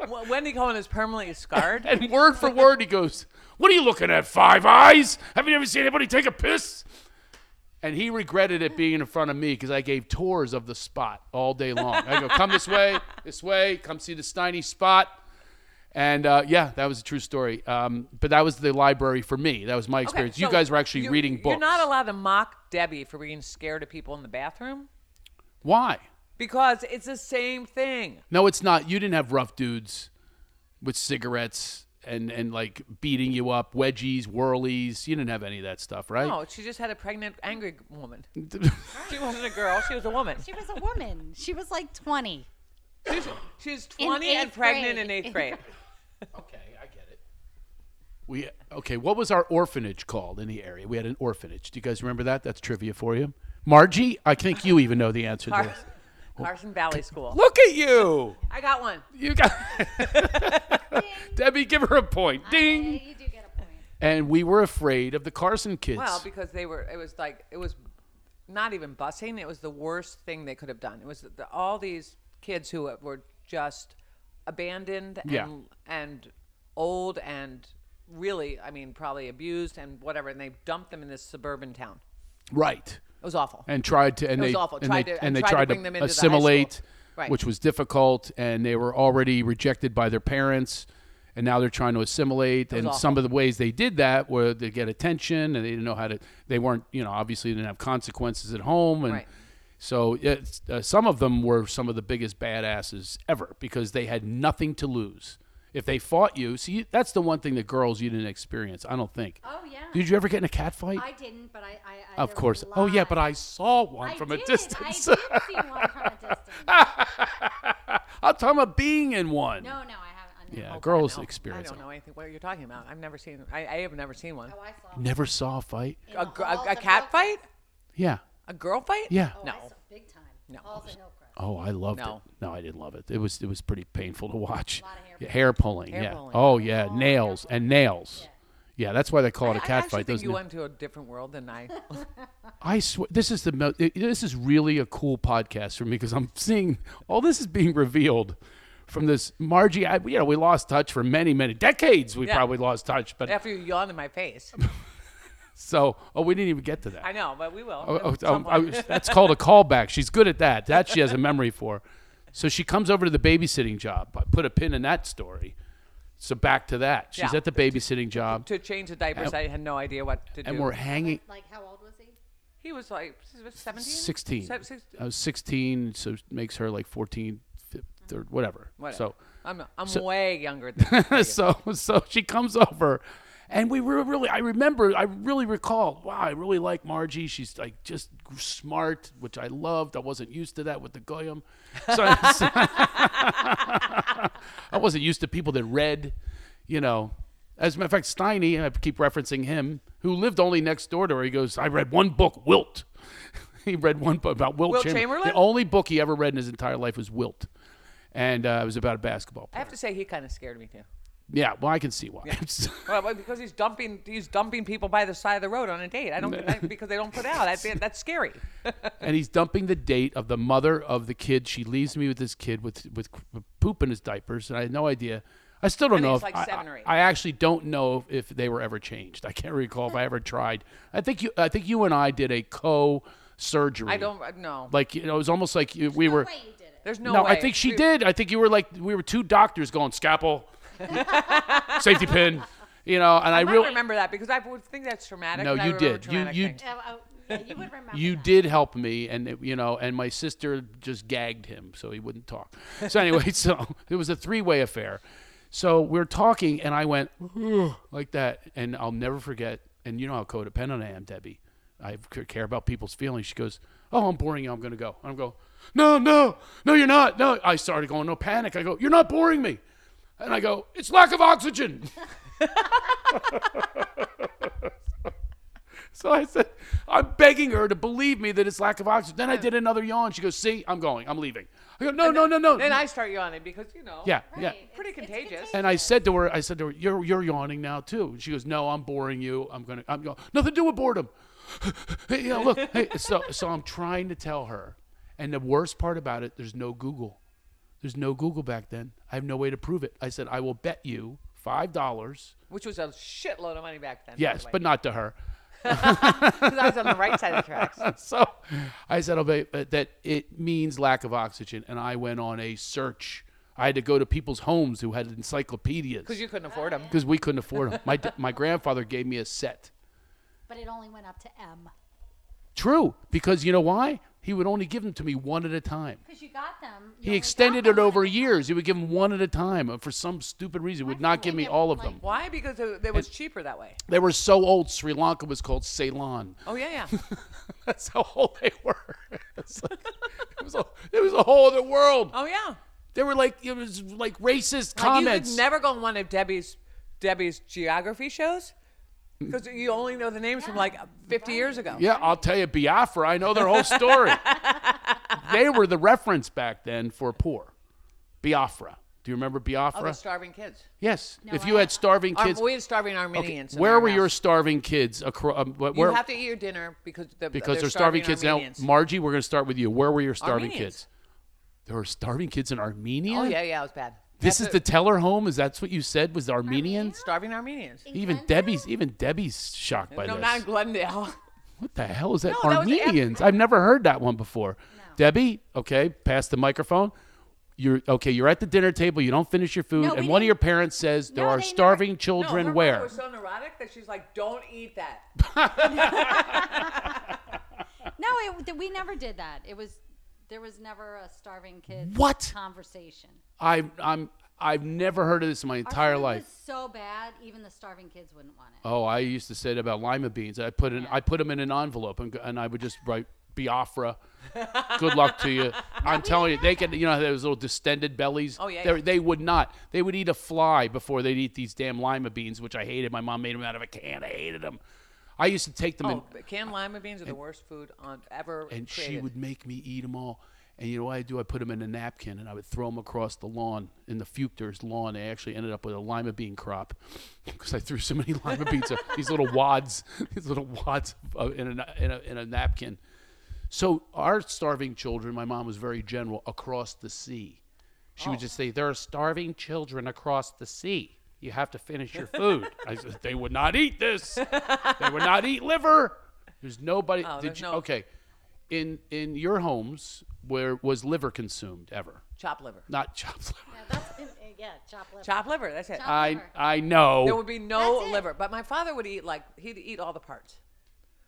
W- Wendy Cohen is permanently scarred. And word for word, he goes, What are you looking at, Five Eyes? Have you ever seen anybody take a piss? And he regretted it being in front of me because I gave tours of the spot all day long. I go, Come this way, this way, come see the Steiny spot. And uh, yeah, that was a true story. Um, but that was the library for me. That was my Okay, experience. you so guys were actually you- reading books. You're not allowed to mock Debbie for being scared of people in the bathroom Why? because it's the same thing. No, it's not. You didn't have rough dudes with cigarettes and, and like beating you up, wedgies, whirlies. You didn't have any of that stuff, right? No, she just had a pregnant, angry woman. she wasn't a girl. She was a woman. She was a woman. She was like 20. She was, she was 20 and eighth pregnant grade. in eighth grade. Okay, I get it. We okay. What was our orphanage called in the area? We had an orphanage. Do you guys remember that? That's trivia for you, Margie. I think you even know the answer to Car- this. Carson Valley School. Look at you! I got one. You got Debbie. Give her a point. Ding. you do get a point. And we were afraid of the Carson kids. Well, because they were, it was like, it was not even busing. It was the worst thing they could have done. It was the, all these kids who were just abandoned and, Yeah. and old and really, I mean, probably abused and whatever. And they dumped them in this suburban town. right. It was awful. and tried to and It they was awful. and Tried they to- and they tried to tried to, bring them into the high school. assimilate, Right. which was difficult, and they were already rejected by their parents, and now they're trying to assimilate. And awful. some of the ways they did that were to get attention, and they didn't know how to. They weren't, you know, obviously didn't have consequences at home, and Right. so it's, uh, some of them were some of the biggest badasses ever because they had nothing to lose. If they fought you, see, that's the one thing that girls you didn't experience. I don't think. Oh, yeah. Did you ever get in a cat fight? I didn't, but I. I, I of there course. were Oh yeah, but I lots. saw one I from a did. distance. I did see one from a distance. I'm talking about being in one. No, no, I haven't. No. Yeah, Oh, girls No, I experience. don't it. know anything. What you're talking about? I've never seen. I, I have never seen one. oh, I saw. Never saw a fight. in A, the gr- a, halls a of cat Hillcrest. fight? Yeah, A girl fight? yeah. Oh, No. I saw big time. No. Halls of Hillcrest. Oh, I loved No. it. No, I didn't love it. It was it was pretty painful to watch. lot of hair Yeah, hair pulling. Hair yeah. pulling. Oh yeah, nails and nails. Yeah. that's why they call it a I- cat I actually fight. think doesn't you it? went to a different world than I. I swear, this is the mo- it- this is really a cool podcast for me because I'm seeing all this is being revealed from this Margie. I, you know, we lost touch for many, many decades. We Yeah. probably lost touch, but After you yawned in my face. so oh, we didn't even get to that. I know, but we will. Oh, oh, at oh, some I point. was- that's called a callback. She's good at that. That she has a memory for. So she comes over to the babysitting job. I put a pin in that story. So back to that. She's Yeah. at the babysitting job, to change the diapers, I had no idea what to do. and we're hanging. Like, how old was he? he was like 17? 16. I was 16, so it makes her like 14, 15, or whatever. Whatever. So I'm, I'm way younger than so so she comes over and we were really i remember i really recall wow i really like margie she's like just smart which i loved i wasn't used to that with the goyim so, so- i wasn't used to people that read you know as a matter of fact steiny i keep referencing him who lived only next door to her he goes i read one book wilt he read one book about wilt, Wilt the Chamberlain? only book he ever read in his entire life was wilt and uh, it was about a basketball I player. have to say, he kind of scared me too. Yeah, well, I can see why. Well, well, because he's dumping, he's dumping people by the side of the road on a date. I don't I- because they don't put out. I, think that's scary. and he's dumping the date of the mother of the kid. She leaves me with this kid with with poop in his diapers, and I had no idea. I still don't And know he's if like I- seven or eight. I, I actually don't know if they were ever changed. I can't recall if I ever tried. I think you. I think you and I did a co surgery. I don't know. like. You know, it was almost like you, we were. Wait, you did it. There's no. No, way. I think she We- did. I think you were like we were two doctors going scalpel, safety pin, you know. And I, I might really remember that because I would think that's traumatic. no, and I you remember did. You you traumatic things. Oh, oh, Yeah, you would remember. you that. did help me and it- you know and my sister just gagged him so he wouldn't talk so anyway so it was a three-way affair so we're talking and i went like that and i'll never forget and you know how codependent i am debbie i c- care about people's feelings she goes oh i'm boring you i'm gonna go i'm going no no no you're not no i started going no panic i go you're not boring me and i go it's lack of oxygen So I said, I'm begging her to believe me that it's lack of oxygen. Then I did another yawn. She goes, See, I'm going. I'm leaving. I go, No, no, no, no. Then I start yawning because you know. yeah, yeah. Right, Pretty it's- it's contagious. And I said to her, I said to her, You're, you're yawning now too. And she goes, No, I'm boring you. I'm going to, I'm going, nothing to do with boredom. hey, you know, look. Hey, so, so I'm trying to tell her. And the worst part about it, there's no Google. There's no Google back then. I have no way to prove it. I said, I will bet you $5. Which was a shitload of money back then. Yes, but not to her. because I was on the right side of the tracks. so I said, "Okay, but that it means lack of oxygen." And I went on a search. I had to go to people's homes who had encyclopedias Because you couldn't afford them. because we couldn't afford them. My d- my grandfather gave me a set. But it only went up to M True, because you know why? He would only give them to me one at a time. because you got them. you He only extended got it them over when- years. He would give them one at a time. and For some stupid reason, would feel not give like me it- all of like- them. Why? Because it, it was cheaper that way. They were so old. Sri Lanka was called Ceylon. Oh yeah, yeah. That's how old they were. It's like- it, was a, it was a whole other world. Oh yeah. They were like it was like racist Like, comments. you could never go on one of Debbie's Debbie's geography shows because you only know the names from like 50 years ago. yeah, I'll tell you, Biafra. I know their whole story. they were the reference back then for poor. Biafra. Do you remember All Oh, the Biafra? starving kids. yes. if I you had don't. starving Ar- kids, we had starving Okay, Armenians. in where our were your house. starving kids? Across, um, wh- You where, have to eat your dinner because the, because they're they're starving, kids Armenians. now. Margie, we're going to start with you. Where were your starving Armenians. kids? There were starving kids in Armenia. Oh yeah, yeah, it was bad. This That's is a- the Teller home. Is that's what you said? Was the Armenians? starving Armenians. Even Glendale? Debbie's even Debbie's shocked by No, this. not in Glendale. What the hell is that? No, that was after- Armenians. I've never heard that one before. Debbie, okay, pass the microphone. You're okay. You're at the dinner table. You don't finish your food, No, we and one of didn't- your parents says there No, are they never- starving No, children. her mother where? was so neurotic that she's like, "Don't eat that." No, it, th- we never did that. It was there was never a starving kid What? conversation. I, I'm. I've never heard of this in my Our entire food life. was so bad, even the starving kids wouldn't want it. Oh, I used to say that about lima beans. I put in, I put them in an envelope, and, and I would just write Biafra. Good luck to you. I'm telling you, they can. You know, how those little distended bellies. Oh, yeah, They, yeah. they would not. They would eat a fly before they'd eat these damn lima beans, which I hated. My mom made them out of a can. I hated them. I used to take them, Oh, and, but canned lima beans are the worst food on ever. and she created. would make me eat them all. And you know what I do? I put them in a napkin, and I would throw them across the lawn in the Fuchter's lawn. I actually ended up with a lima bean crop because I threw so many lima beans, uh, these little wads, these little wads uh, in, a, in, a, in a napkin. So our starving children, my mom was very general across the sea. She Oh. would just say, "There are starving children across the sea. You have to finish your food." I said, "They would not eat this. They would not eat liver." There's nobody. did Oh, there's you, no- Okay, in in your homes, where was liver consumed ever? Chopped liver. Not chopped liver. Yeah, that's yeah, chopped liver. Chopped liver. That's it. Oh, I liver. I know. There would be no That's it. liver. But my father would eat like he'd eat all the parts,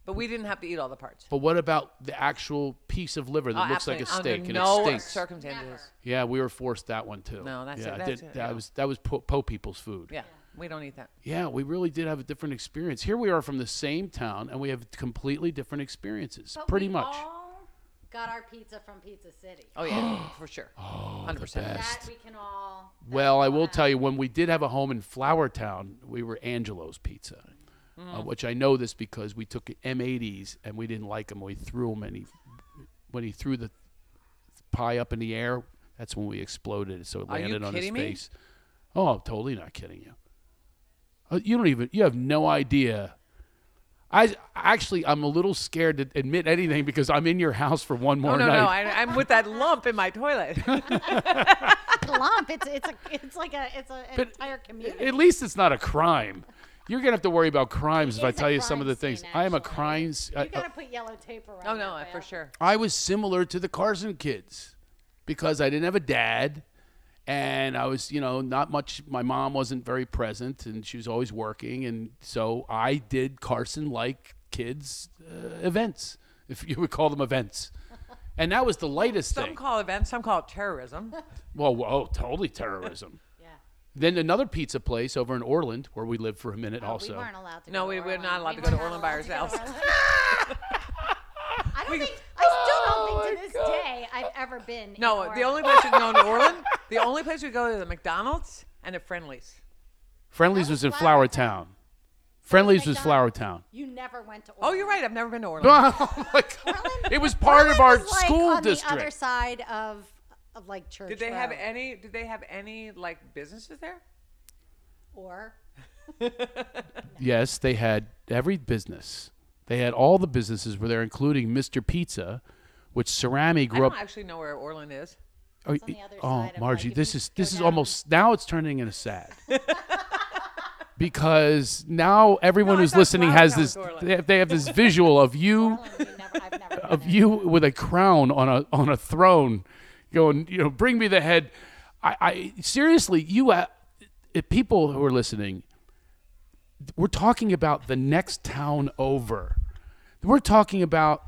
but we didn't have to eat all the parts. but what about the actual piece of liver that Oh, looks like a absolutely. steak Under and no it stinks? circumstances. Never. yeah, we were forced that one too. No, that's it, yeah, I that's did- it, That yeah. was that was po- po people's food. Yeah, we don't eat that. Yeah, we really did have a different experience. Here we are from the same town, and we have completely different experiences, But pretty we much. Uh, all got our pizza from Pizza City. Oh yeah, for sure. Oh, Hundred percent. That we can all. that well, we I all will Uh-huh. have. tell you, when we did have a home in Flower Town, we were Angelo's Pizza, uh, Mm-hmm. which I know this because we took M80s and we didn't like them. We threw them, and he, when he threw the pie up in the air, that's when we exploded. So it Are you landed on his kidding me? face. Oh, I'm totally not kidding you. Uh, You don't even. You have no idea. I actually, I'm a little scared to admit anything because I'm in your house for one more Oh no, night. no, I, I'm with that lump in my toilet. Clump. It's it's a it's like a it's a, an But entire community. At least it's not a crime. You're gonna have to worry about crimes if I is a tell you some of crime the things. scene, I am a actually. crime. s- I- you gotta put yellow tape around. oh that no, by for all- sure. I was similar to the Carson kids because I didn't have a dad and I was, you know, not much my mom wasn't very present and she was always working and so I did Carson like kids uh, events, if you would call them events. And that was the latest Some thing. call events, some call it terrorism. well, whoa, totally terrorism. Yeah. Then another pizza place over in Orland, where we lived for a minute, also. Oh, We weren't allowed to. go No, to we were Orland. not allowed We to go to were not Orland by allowed to go to ourselves. Orland. I don't think. I still don't think to Oh this day I've ever been. in No, Orland. the only place we go in New Orleans, the only place we go is a McDonald's and a Friendly's. Friendlies was in Flower Town. Friendlies was McDonald's. Flower Town. You never went to. Oh, Orland. you're right. I've never been to Orleans. Oh my God. It was part Orland of our was, like, school on district. The other side of of like church. Did they have Row any? Did they have any like businesses there? Or Yes, they had every business. They had all the businesses were there, including Mr. Pizza, which Cerami I grew don't up. actually know where Orland is. Oh, on the other oh, side of, like, Margie, if this you is go this is down- almost now it's turning into sad. because now everyone No, I who's thought listening Flower has Town this was Orland. they have, they have this visual of you Orland, we never, I've never. been of there. you with a crown on a on a throne, going, you know, bring me the head. I, I seriously, you, uh, if people who are listening, we're talking about the next town over. We're talking about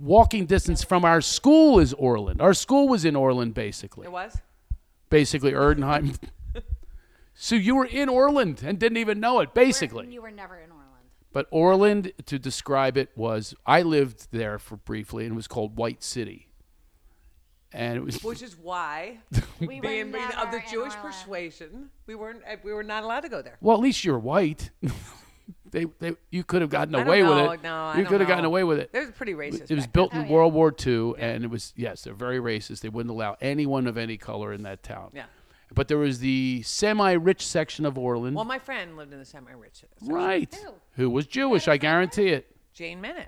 walking distance from our school is Orland. Our school was in Orland, basically, It was. basically Erdenheim. so you were in Orland and didn't even know it, basically. You were never in Orland. But Orland, to describe it, was I lived there for briefly, and it was called White City, and it was Which is why, We were being, being never of the in Jewish Orland. persuasion, we weren't. uh, We were not allowed to go there. well, at least you're white. they, they, you could have gotten I don't away know, with it. No, I you don't could have gotten know. away with it. It was pretty racist. It was back built then. in Oh, yeah. World War II, and it was yes, they're very racist. They wouldn't allow anyone of any color in that town. Yeah. But there was the semi-rich section of Orland, then. Well, my friend lived in the semi-rich. section. right? Who? Who was Jewish? I guarantee it. Jane Menon.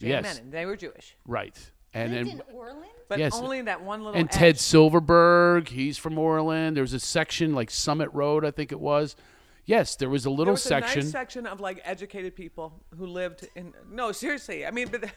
Jane yes, Menon. They were Jewish, right. And Lived then in Orland. but Yes. only that one little. and edge. Ted Silverberg, he's from Orland. There was a section like Summit Road, I think it was. Yes, there was a little There was section. A nice section of like educated people who lived in. No, seriously. I mean, but they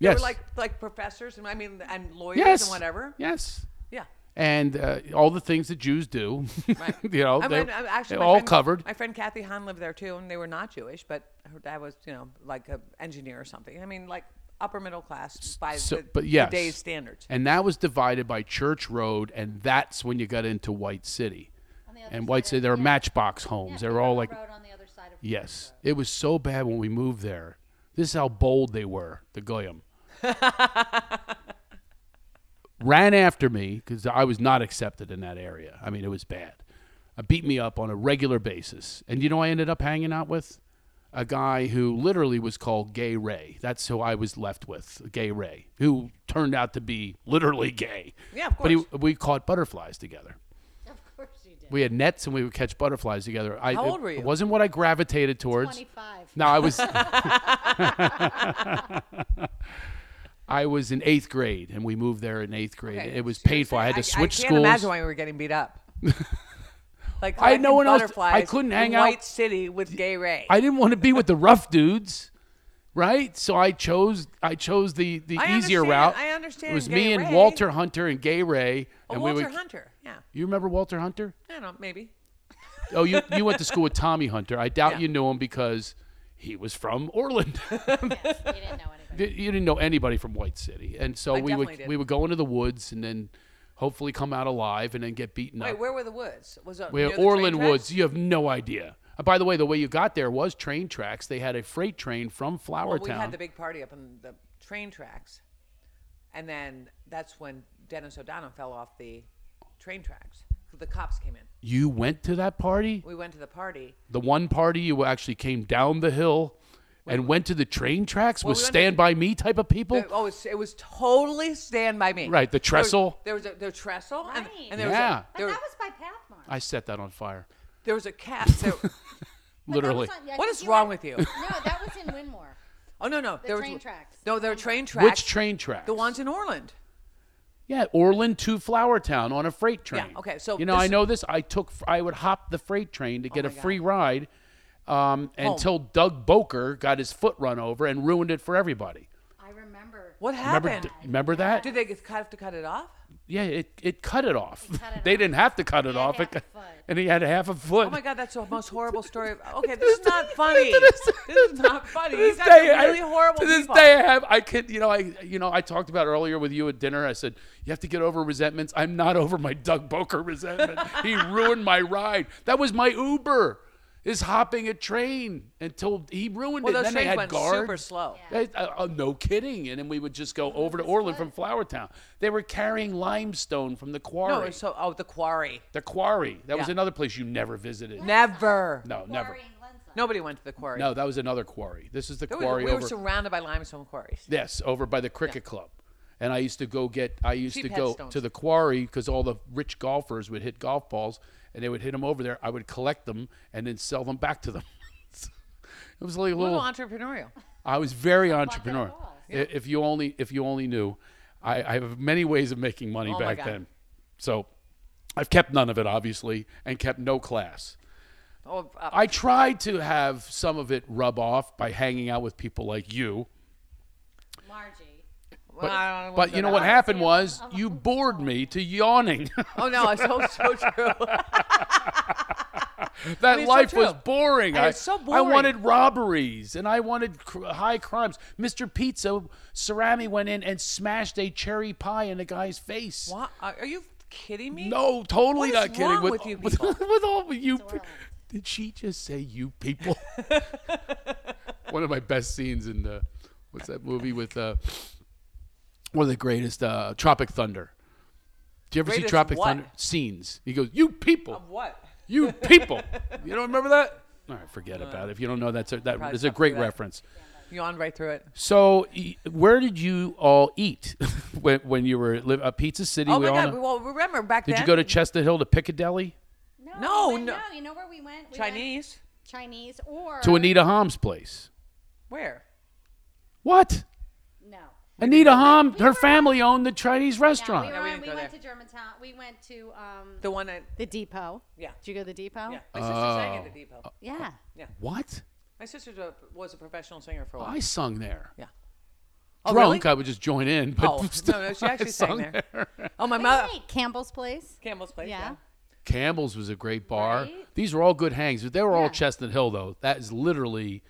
Yes. were like like professors and I mean and lawyers yes, and whatever. Yes, Yeah. and uh, all the things that Jews do. you know, I they, mean, I- actually, they're my all friend- covered. My friend Kathy Hahn lived there too, and they were not Jewish, but her dad was, you know, like an engineer or something. I mean, like upper middle class by So- the, but yes. today's standards. and that was divided by Church Road, and that's when you got into White City. On the other And White side City, of- there were yeah. matchbox homes. they were all like, Road on the other side of yes. It was so bad when we moved there. This is how bold they were, the Goyim. Ran after me because I was not accepted in that area. I mean, it was bad. Uh, beat me up on a regular basis. And you know, who I ended up hanging out with a guy who literally was called Gay Ray. That's who I was left with, Gay Ray, who turned out to be literally gay. Yeah, of But he, course. we caught butterflies together. Of course you did. We had nets and we would catch butterflies together. I, How it- old were you? It wasn't what I gravitated towards. Twenty-five. No, I was. I was in eighth grade, and we moved there in eighth grade. Okay, It was seriously, painful. I had to switch I can't schools. imagine why we were getting beat up. like I had no collecting one else- I butterflies couldn't in hang out- White City with Gay Ray. I didn't want to be with the rough dudes, right? So I chose I chose the the I easier understand- route. I understand It was Gay me and Ray. Walter Hunter and Gay Ray, Oh, and Walter we would. Hunter. Yeah. You remember Walter Hunter? I don't know. Maybe. Oh, you you went to school with Tommy Hunter. I doubt Yeah. you knew him because he was from Orland. You didn't know anybody. Th- you didn't know anybody from White City, and so we would definitely didn't. we would go into the woods and then hopefully come out alive and then get beaten Wait, up. where were the woods? Was it Uh, we near the had train Orland tracks? Woods. You have no idea. Uh, by the way, the way you got there was train tracks. They had a freight train from Flower Well, we Town. had the big party up in the train tracks, and then that's when Dennis O'Donnell fell off the train tracks. The cops came in. you went to that party. We went to the party. The one party you actually came down the hill and went to the train tracks Well, with we went to- Stand by Me type of people. It, oh, it was, it was totally Stand by Me. Right, the trestle. There was, there was a the trestle, and, Right. and there Yeah. was a, But there, that was by Pathmark. I set that on fire, there was a cat. There, But that literally. was on- yeah, what 'cause is wrong were- with you? No, that was in Winmore. Oh no no, there train was, tracks. No, there were train tracks. Which train tracks? The ones in Orland. Yeah, Orland to Flower Town on a freight train. okay, so you know, this- Oh I know this. I took, I would hop the freight train to get a my God. free ride, um, until Doug Boker got his foot run over and ruined it for everybody. I remember. What Remember, happened? remember that? Did they get- have to cut it off? Yeah, it, it cut it off. cut it they off. didn't have to cut it had off. half It a cut- foot. and he had half a foot. Oh my God, that's the most horrible story. of- Okay, this is not funny. This is not funny. To He's this got some day, I- really horrible To this people. day, I have. I could, you know, I, you know, I talked about earlier with you at dinner. I said you have to get over resentments. I'm not over my Doug Boker resentment. he ruined my ride. That was my Uber. Is hopping a train until he ruined Well, it. those then they trains had went guards. super slow. Uh, uh, uh, no kidding. And then we would just go over to Orland from Flowertown. They were carrying limestone from the quarry. No, it's so oh, the quarry. the quarry. That was Yeah. another place you never visited. Never. No, never. Quarrying Lenza. Nobody went to the quarry. No, that was another quarry. This is the There was- quarry we over. were surrounded by limestone quarries. Yes, over by the cricket club. And I used to go get, I used Cheap to go headstones. to the quarry because all the rich golfers would hit golf balls and they would hit them over there. I would collect them and then sell them back to them. it was like a A little little, entrepreneurial. I was very bucket of entrepreneurial. balls. I- If you only, if you only knew, I, I have many ways of making money Oh my back God. then. So I've kept none of it, obviously, and kept no class. Oh, uh, I tried to have some of it rub off by hanging out with people like you. Margie. well, I don't But wanna you go know what down. happened was you bored me to yawning. Oh no, it's so so true. that mean, it's so life was true. boring. And I, it's so I boring. wanted robberies and I wanted cr- high crimes. Mr. Pizza Cerami went in and smashed a cherry pie in a guy's face. What? Are are you kidding me? No, totally What is not kidding. wrong with, with you with, people? with all of you. pe- Orland. Did she just say you people? one of my best scenes in the what's that movie with uh, one of the greatest uh, Tropic Thunder. Do you ever see Greatest Tropic what? Thunder scenes? He goes, "You people, What? you people." you don't remember that? All right, forget about it. If you don't know, that's a, that Uh, Probably is a stuck great through that. reference. Yawned right through it. So, e- where did you all eat when, when you were live uh, Pizza City? Oh we my all God! know- Well, remember back Did then? you go to Chester Hill to Piccadilly? No, No, we went- no. You know where we went? We went Chinese? Chinese or Uh-huh. to Anita Hom's place. Where? What? No. Anita Hom, her family owned the Chinese restaurant. We, Yeah, were we on- didn't we go went there. to Germantown. We went to um, the, The one that? depot. Yeah. Did you go to the depot? Yeah. My Uh, sister sang at the depot. Yeah. what? Oh, My sister was a- was a professional singer for a while. I sung there. yeah. Oh, Drunk, really? I would just join in. But Oh no, no, she actually sang there. Oh, my Wait, mother. wait, Campbell's place. Campbell's place. Yeah. Yeah. Campbell's was a great bar. Right? These were all good hangs. They were all Yeah. Chestnut Hill, though. That is literally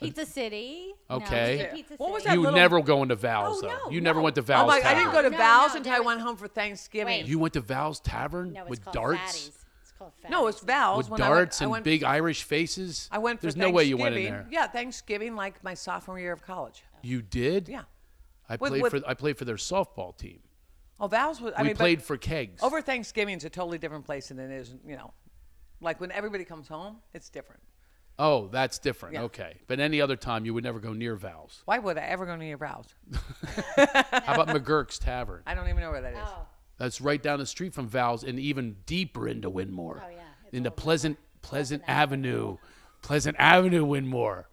Pizza City. No, we Okay. did Pizza What was City. that you little- never going to Val's though. Oh, no, You never no. went to Oh Val's. my! I Tavern. didn't go to No, Val's no, until there I was- went home for Thanksgiving. Wait. You went to Val's Tavern No, it's with called darts, Fatty's. It's called Fatty's. No, it's Val's. with when I went- darts I and went- big Irish faces. I went for There's no way you went in there. Thanksgiving. Yeah, Thanksgiving, like my sophomore year of college. You did. Yeah. I With- played with- for I played for their softball team. Oh, Val's was. I we mean, but played for kegs. over Thanksgiving is a totally different place than it is. You know, like when everybody comes home, it's different. Oh, that's different. Yeah. Okay. But any other time, you would never go near Val's. Why would I ever go to your Val's? How about McGurk's Tavern? I don't even know where that is. Oh, That's right down the street from Val's and even deeper into Winmore. Oh, yeah. It's Into Pleasant Pleasant Avenue. Pleasant Avenue, Winmore.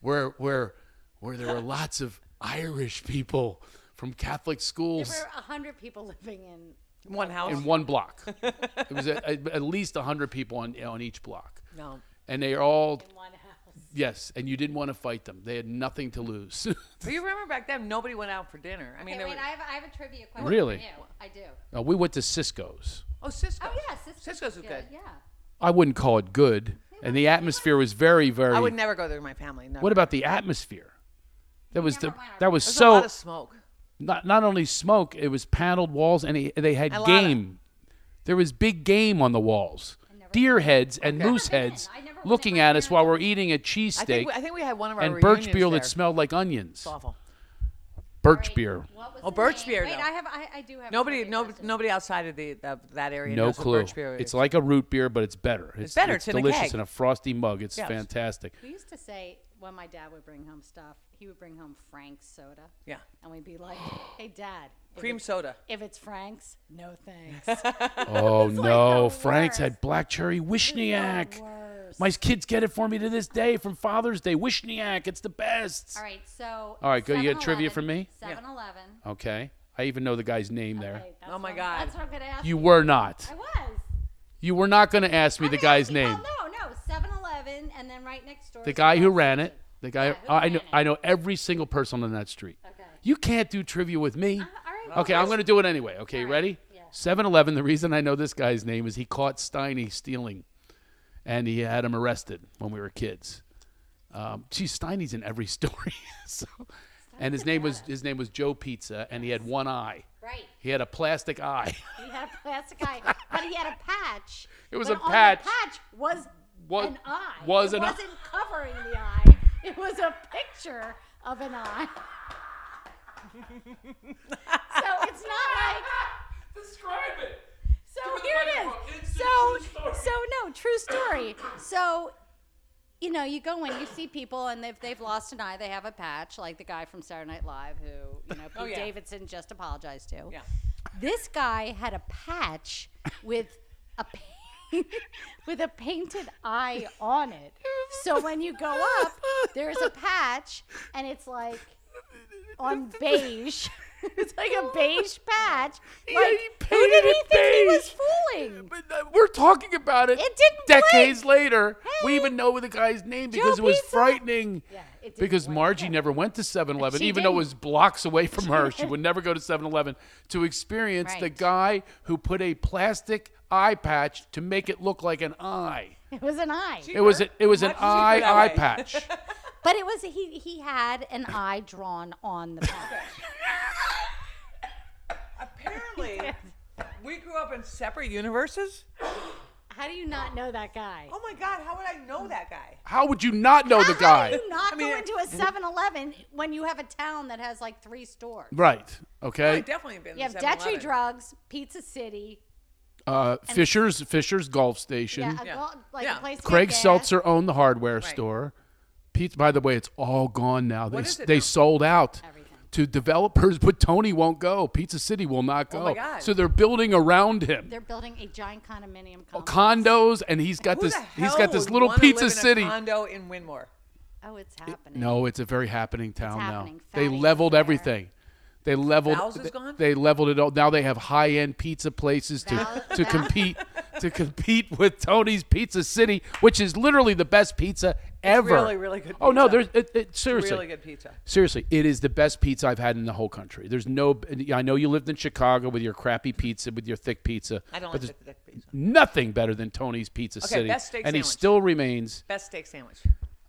Where where where there were lots of Irish people from Catholic there schools were a hundred people living in. One house. in one block. it was a, a, at least 100 people on on each block. no. And they all One house. yes, and you didn't want to fight them. They had nothing to lose. But you remember back then, nobody went out for dinner. I mean, Okay, there wait, were- I have, I have a trivia question. Really? for you. I do. Uh, we went to Cisco's. oh, Cisco. Oh, yeah. Cisco's, Cisco's was good. Yeah. I wouldn't call it good. And the atmosphere was very, very. I would never go there with my family. No. what about the atmosphere? That was the never went. that was There's a lot so of smoke. not not only smoke. It was paneled walls, and he- they had A lot of- game. There was big game on the walls, deer heads and moose Never been in. heads I never went in. looking My at us while parents- we're eating a I think, cheesesteak we, I think we had one of our and birch reunions beer there. that smelled like onions. It's awful. Birch Wait, beer. What was Oh, the name? birch beer, Wait, though. I have. I, I do have. a Nobody, trivia no, question. nobody outside of the of that area No knows what clue. birch beer It's is. like a root beer, but it's better. It's, better. It's It's in a delicious keg. in a frosty mug. It's Yes. fantastic. We used to say when my dad would bring home stuff, he would bring home Frank's soda. Yeah. And we'd be like, "Hey, Dad, if cream it's- soda. If it's Frank's, no thanks. Oh no, the Frank's worst. had black cherry It's wishniak. the worst. My kids get it for me to this day from Father's Day. Wishniak, it's the best. All right, so. All right, go. You got trivia for me? Yeah. 7 Eleven. Okay. I even know the guy's name there. Oh, my God. That's what I'm going to ask. You were not. I was. You were not going to ask me I'm the gonna guy's ask you- name. Oh, no, no. 7 Eleven, and then right next door. The is guy who Ralph's ran it. Kitchen. The guy. I who know. ran it? I know every single person on that street. Okay. Uh-huh, You can't do trivia with me. All right, Okay, I'm going to do it anyway. Okay, you ready? 7 Eleven, the reason I know this guy's name is he caught Steiny stealing and he had him arrested when we were kids. Um, geez, Steiny's in every story. so, and his name was his name was Joe Pizza, and he had one eye. Right. He had a plastic eye. He had a plastic eye, but he had a patch. It was but a on the patch. patch was Wa- an eye. was it an eye. wasn't covering the eye. It was a picture of an eye. so it's not like. Describe it. So Give me the here microphone. it is. It's a So true story. so no, true story. So you know, you go in, you see people, and if they've lost an eye, they have a patch, like the guy from Saturday Night Live, who you know Pete Oh, yeah. Davidson just apologized to. Yeah. This guy had a patch with a paint, with a painted eye on it. So when you go up, there's a patch, and it's like on beige. it's like a beige patch. Yeah, Like, he who did painted he it think he was beige. fooling? But uh, we're talking about it. It didn't Decades later, we Hey. even know the guy's name because Joe it was Pizza. frightening. Yeah, it didn't because work. Margie never went to 7 Eleven, She even though it didn't. was blocks away from her. She would never go to 7 Eleven to experience the Right. guy who put a plastic eye patch to make it look like an eye. It was an eye. It was, a, it was an Much cheaper eye that eye way. patch. But it was he he had an eye drawn on the patch. Apparently, we grew up in separate universes. How do you not know that guy? Oh my God, how would I know that guy? How would you not know the How do guy? you not I mean, go into a 7-Eleven when you have a town that has like three stores? Right. I Okay. definitely have been. You have to Detri 7-Eleven. Drugs, Pizza City, Uh, Fisher's Fisher's Golf Station. yeah, a Yeah. gol- like Yeah. a place. to get Craig gas. Seltzer owned the hardware store. Pete, by the way, it's all gone now. They What is it they now? sold out Everything. to developers, but Tony won't go. Pizza City will not go. Oh my God. So they're building around him. They're building a giant condominium. Oh, Complex. Condos, and he's got Who this. the He's hell got this would little wanna Pizza live in a City. condo in Winmore. oh, it's happening. No, it's a very happening town happening. now. They Fatty is leveled there. everything. They leveled. Val's is they, gone? they leveled it all. Now they have high-end pizza places to Val- to Val- compete to compete with Tony's Pizza City, which is literally the best pizza ever. really, really good Oh no, there's pizza. it, it, seriously. Really good pizza. Seriously, it is the best pizza I've had in the whole country. There's no. I know you lived in Chicago with your crappy pizza, with your thick pizza. I don't but like there's the thick pizza. Nothing better than Tony's Pizza Okay, City, best steak and he sandwich. still remains. Best steak sandwich.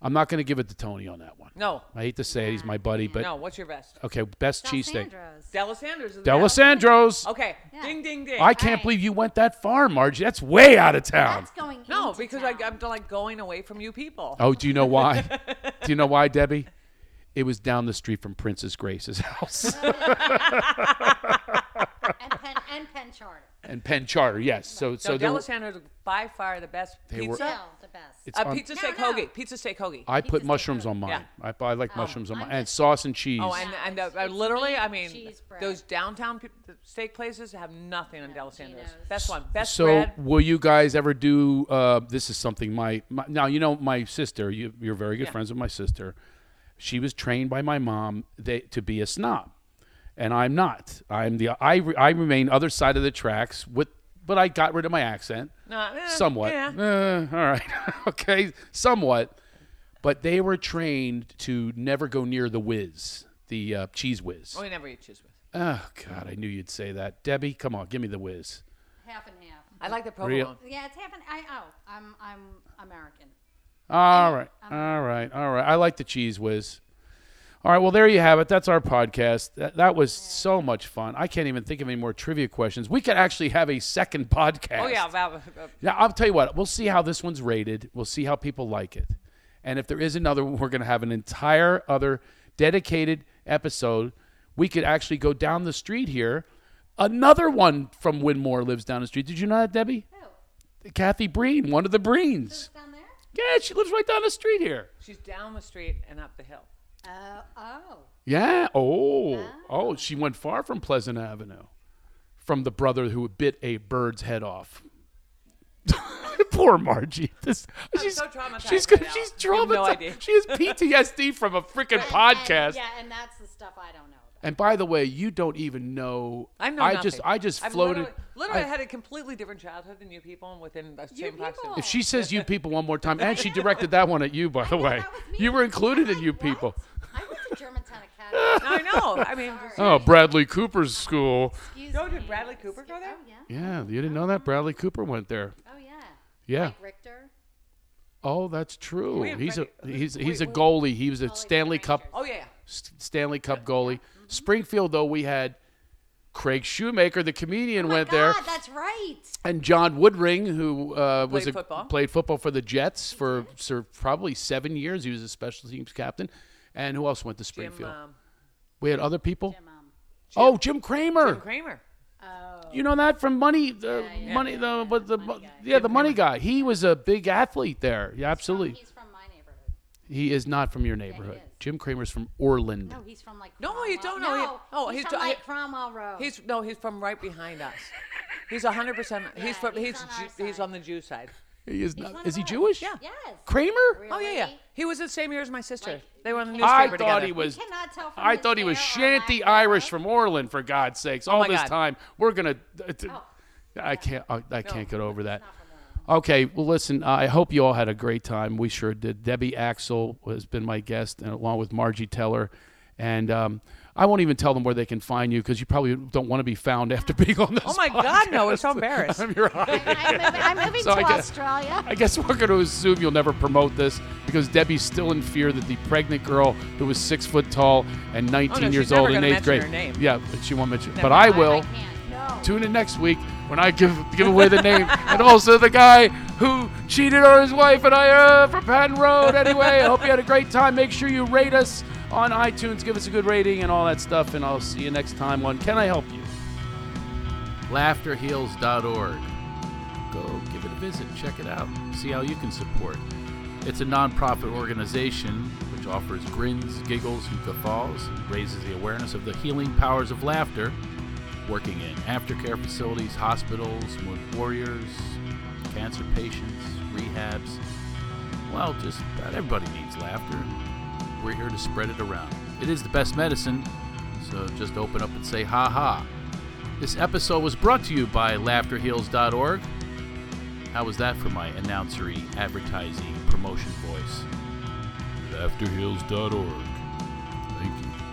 I'm not going to give it to Tony on that one. No. I hate to say it, he's my buddy, but Oh. No, what's your best? okay, best cheesesteak. Alessandro's. Delisandro's. is the best. Delisandro's. Okay. Ding, ding, ding. I can't Right. believe you went that far, Margie. That's way out of town. That's going. no, into because town. I, I'm like going away from you people. Oh, do you know why? do you know why, Debbie? It was down the street from Princess Grace's house and Penn and Penn Charter. and Penn Charter. Yes, so so So there were- Delisandro's by far the best were- pizza. Still oh, the best. it's A on- pizza steak No, no. hoagie. Pizza steak hoagie. I put mushrooms on mine. Yeah. I, I like mushrooms on I'm mine and just- sauce and cheese. oh, and, and it's- uh, it's literally, meat, I mean, cheese, bread. those downtown p- steak places have nothing on Delisandro's. Gino's. Best one. Best so bread. will you guys ever do uh, this is something my, my now you know my sister you, you're very good Yeah. friends with my sister she was trained by my mom they, to be a snob and i'm not i'm the I, re- I remain other side of the tracks with but i got rid of my accent Nah, eh, somewhat yeah. Eh, all right okay somewhat but they were trained to never go near the whiz the uh, cheese whiz Oh, we never eat cheese with. oh god i knew you'd say that debbie come on give me the whiz half and half. I like the Real- provolone. Yeah, it's half and I oh, I'm I'm American. All right. All right. All right. I like the cheese whiz. All right. Well, there you have it. That's our podcast. That, that was so much fun. I can't even think of any more trivia questions. We could actually have a second podcast. Oh yeah, Val- uh, Now, I'll tell you what. We'll see how this one's rated. We'll see how people like it. And if there is another one, we're going to have an entire other dedicated episode. We could actually go down the street here. Another one from Winmore lives down the street. Did you know that, Debbie? Who? Kathy Breen, one of the Breens. Down there? Yeah, she lives right down the street here. she's down the street and up the hill. Uh, oh. Yeah. Oh. Oh, she went far from Pleasant Avenue from the brother who bit a bird's head off. Poor Margie. This, she's, so traumatized She's, right now. she's You have no traumatized. idea. she has PTSD from a freaking podcast. And, yeah, and that's the stuff I don't know about. And by the way, you don't even know. I know. nothing. just I just I've floated. Literally, literally I- had a completely different childhood than you people, and within the same people. proximity. if she says you people one more time, and she directed that one at you, by the way, That was me. you were included I'm in you like, people. what? I went to Germantown Academy. I know. no, I mean, just- Oh, Bradley Cooper's school. Excuse no, did me. Bradley Cooper go there? Oh yeah. Yeah, you didn't know that Bradley Cooper went there. Oh yeah. Yeah. Richter. Oh, that's true. Wait, He's a wait, he's he's a goalie. He was a Stanley Cup Oh yeah, S- Stanley Cup goalie. Springfield though we had Craig Shoemaker, the Oh comedian, went God, there, that's right. and John Woodring, who uh, was Played a, football. played football for the Jets for, for probably seven years. He was a special teams captain. And who else went to yeah. Jim, Springfield? um, we had other people. Um, oh, Jim Kramer. Jim Kramer. You know that from Money, the money, the but the yeah, the money guy. He was a big athlete there. Yeah, absolutely. he's from my neighborhood. He is not from your neighborhood. is. Jim Kramer's from Orland. No, he's from like. No, you Cromwell- don't know. He- No, oh, he's, he's from t- like he- Cromwell Road. He's no, he's from right behind us. He's hundred percent. He's from. he's He's on our Ju- he's side. on the Jew side. He is not. one Is of he us. Jewish? Yeah. yes. Kramer? Oh yeah, yeah. Really? He was the same year as my sister. they were on the newspaper I together. thought he was. Cannot tell from I his thought he was hair or lack shanty thereof. Irish from Orland. For God's sakes! All Oh my this God. time we're gonna. uh, Oh. I can't. uh, I, I can't get over that. Okay, well, listen. I hope you all had a great time. We sure did. Debbie Axel has been my guest, and along with Margie Teller, and um, I won't even tell them where they can find you because you probably don't want to be found after being on this. Oh my God, no! It's so embarrassed. I'm your eye. I'm, moving- I'm moving So I to guess- Australia. I guess we're going to assume you'll never promote this because Debbie's still in fear that the pregnant girl who was six foot tall and 19 Oh, she's years never old in gonna eighth grade. mention her name. Yeah, but she won't mention. But I will. I can't. No. Tune in next week when I give give away the name and also the guy who cheated on his wife and I uh, from Patton Road. Anyway, I hope you had a great time. Make sure you rate us on iTunes, give us a good rating and all that stuff. And I'll see you next time on Can I Help You? LaughterHeals.org. Go give it a visit, check it out, see how you can support. It's a nonprofit organization which offers grins, giggles, and guffaws, raises the awareness of the healing powers of laughter working in aftercare facilities, hospitals, wounded warriors, cancer patients, rehabs. Well, just about everybody needs laughter. We're here to spread it around. It is the best medicine, so just open up and say ha ha. This episode was brought to you by laughterheals.org. How was that for my announcery, advertising, promotion voice? Laughterheals.org. Thank you.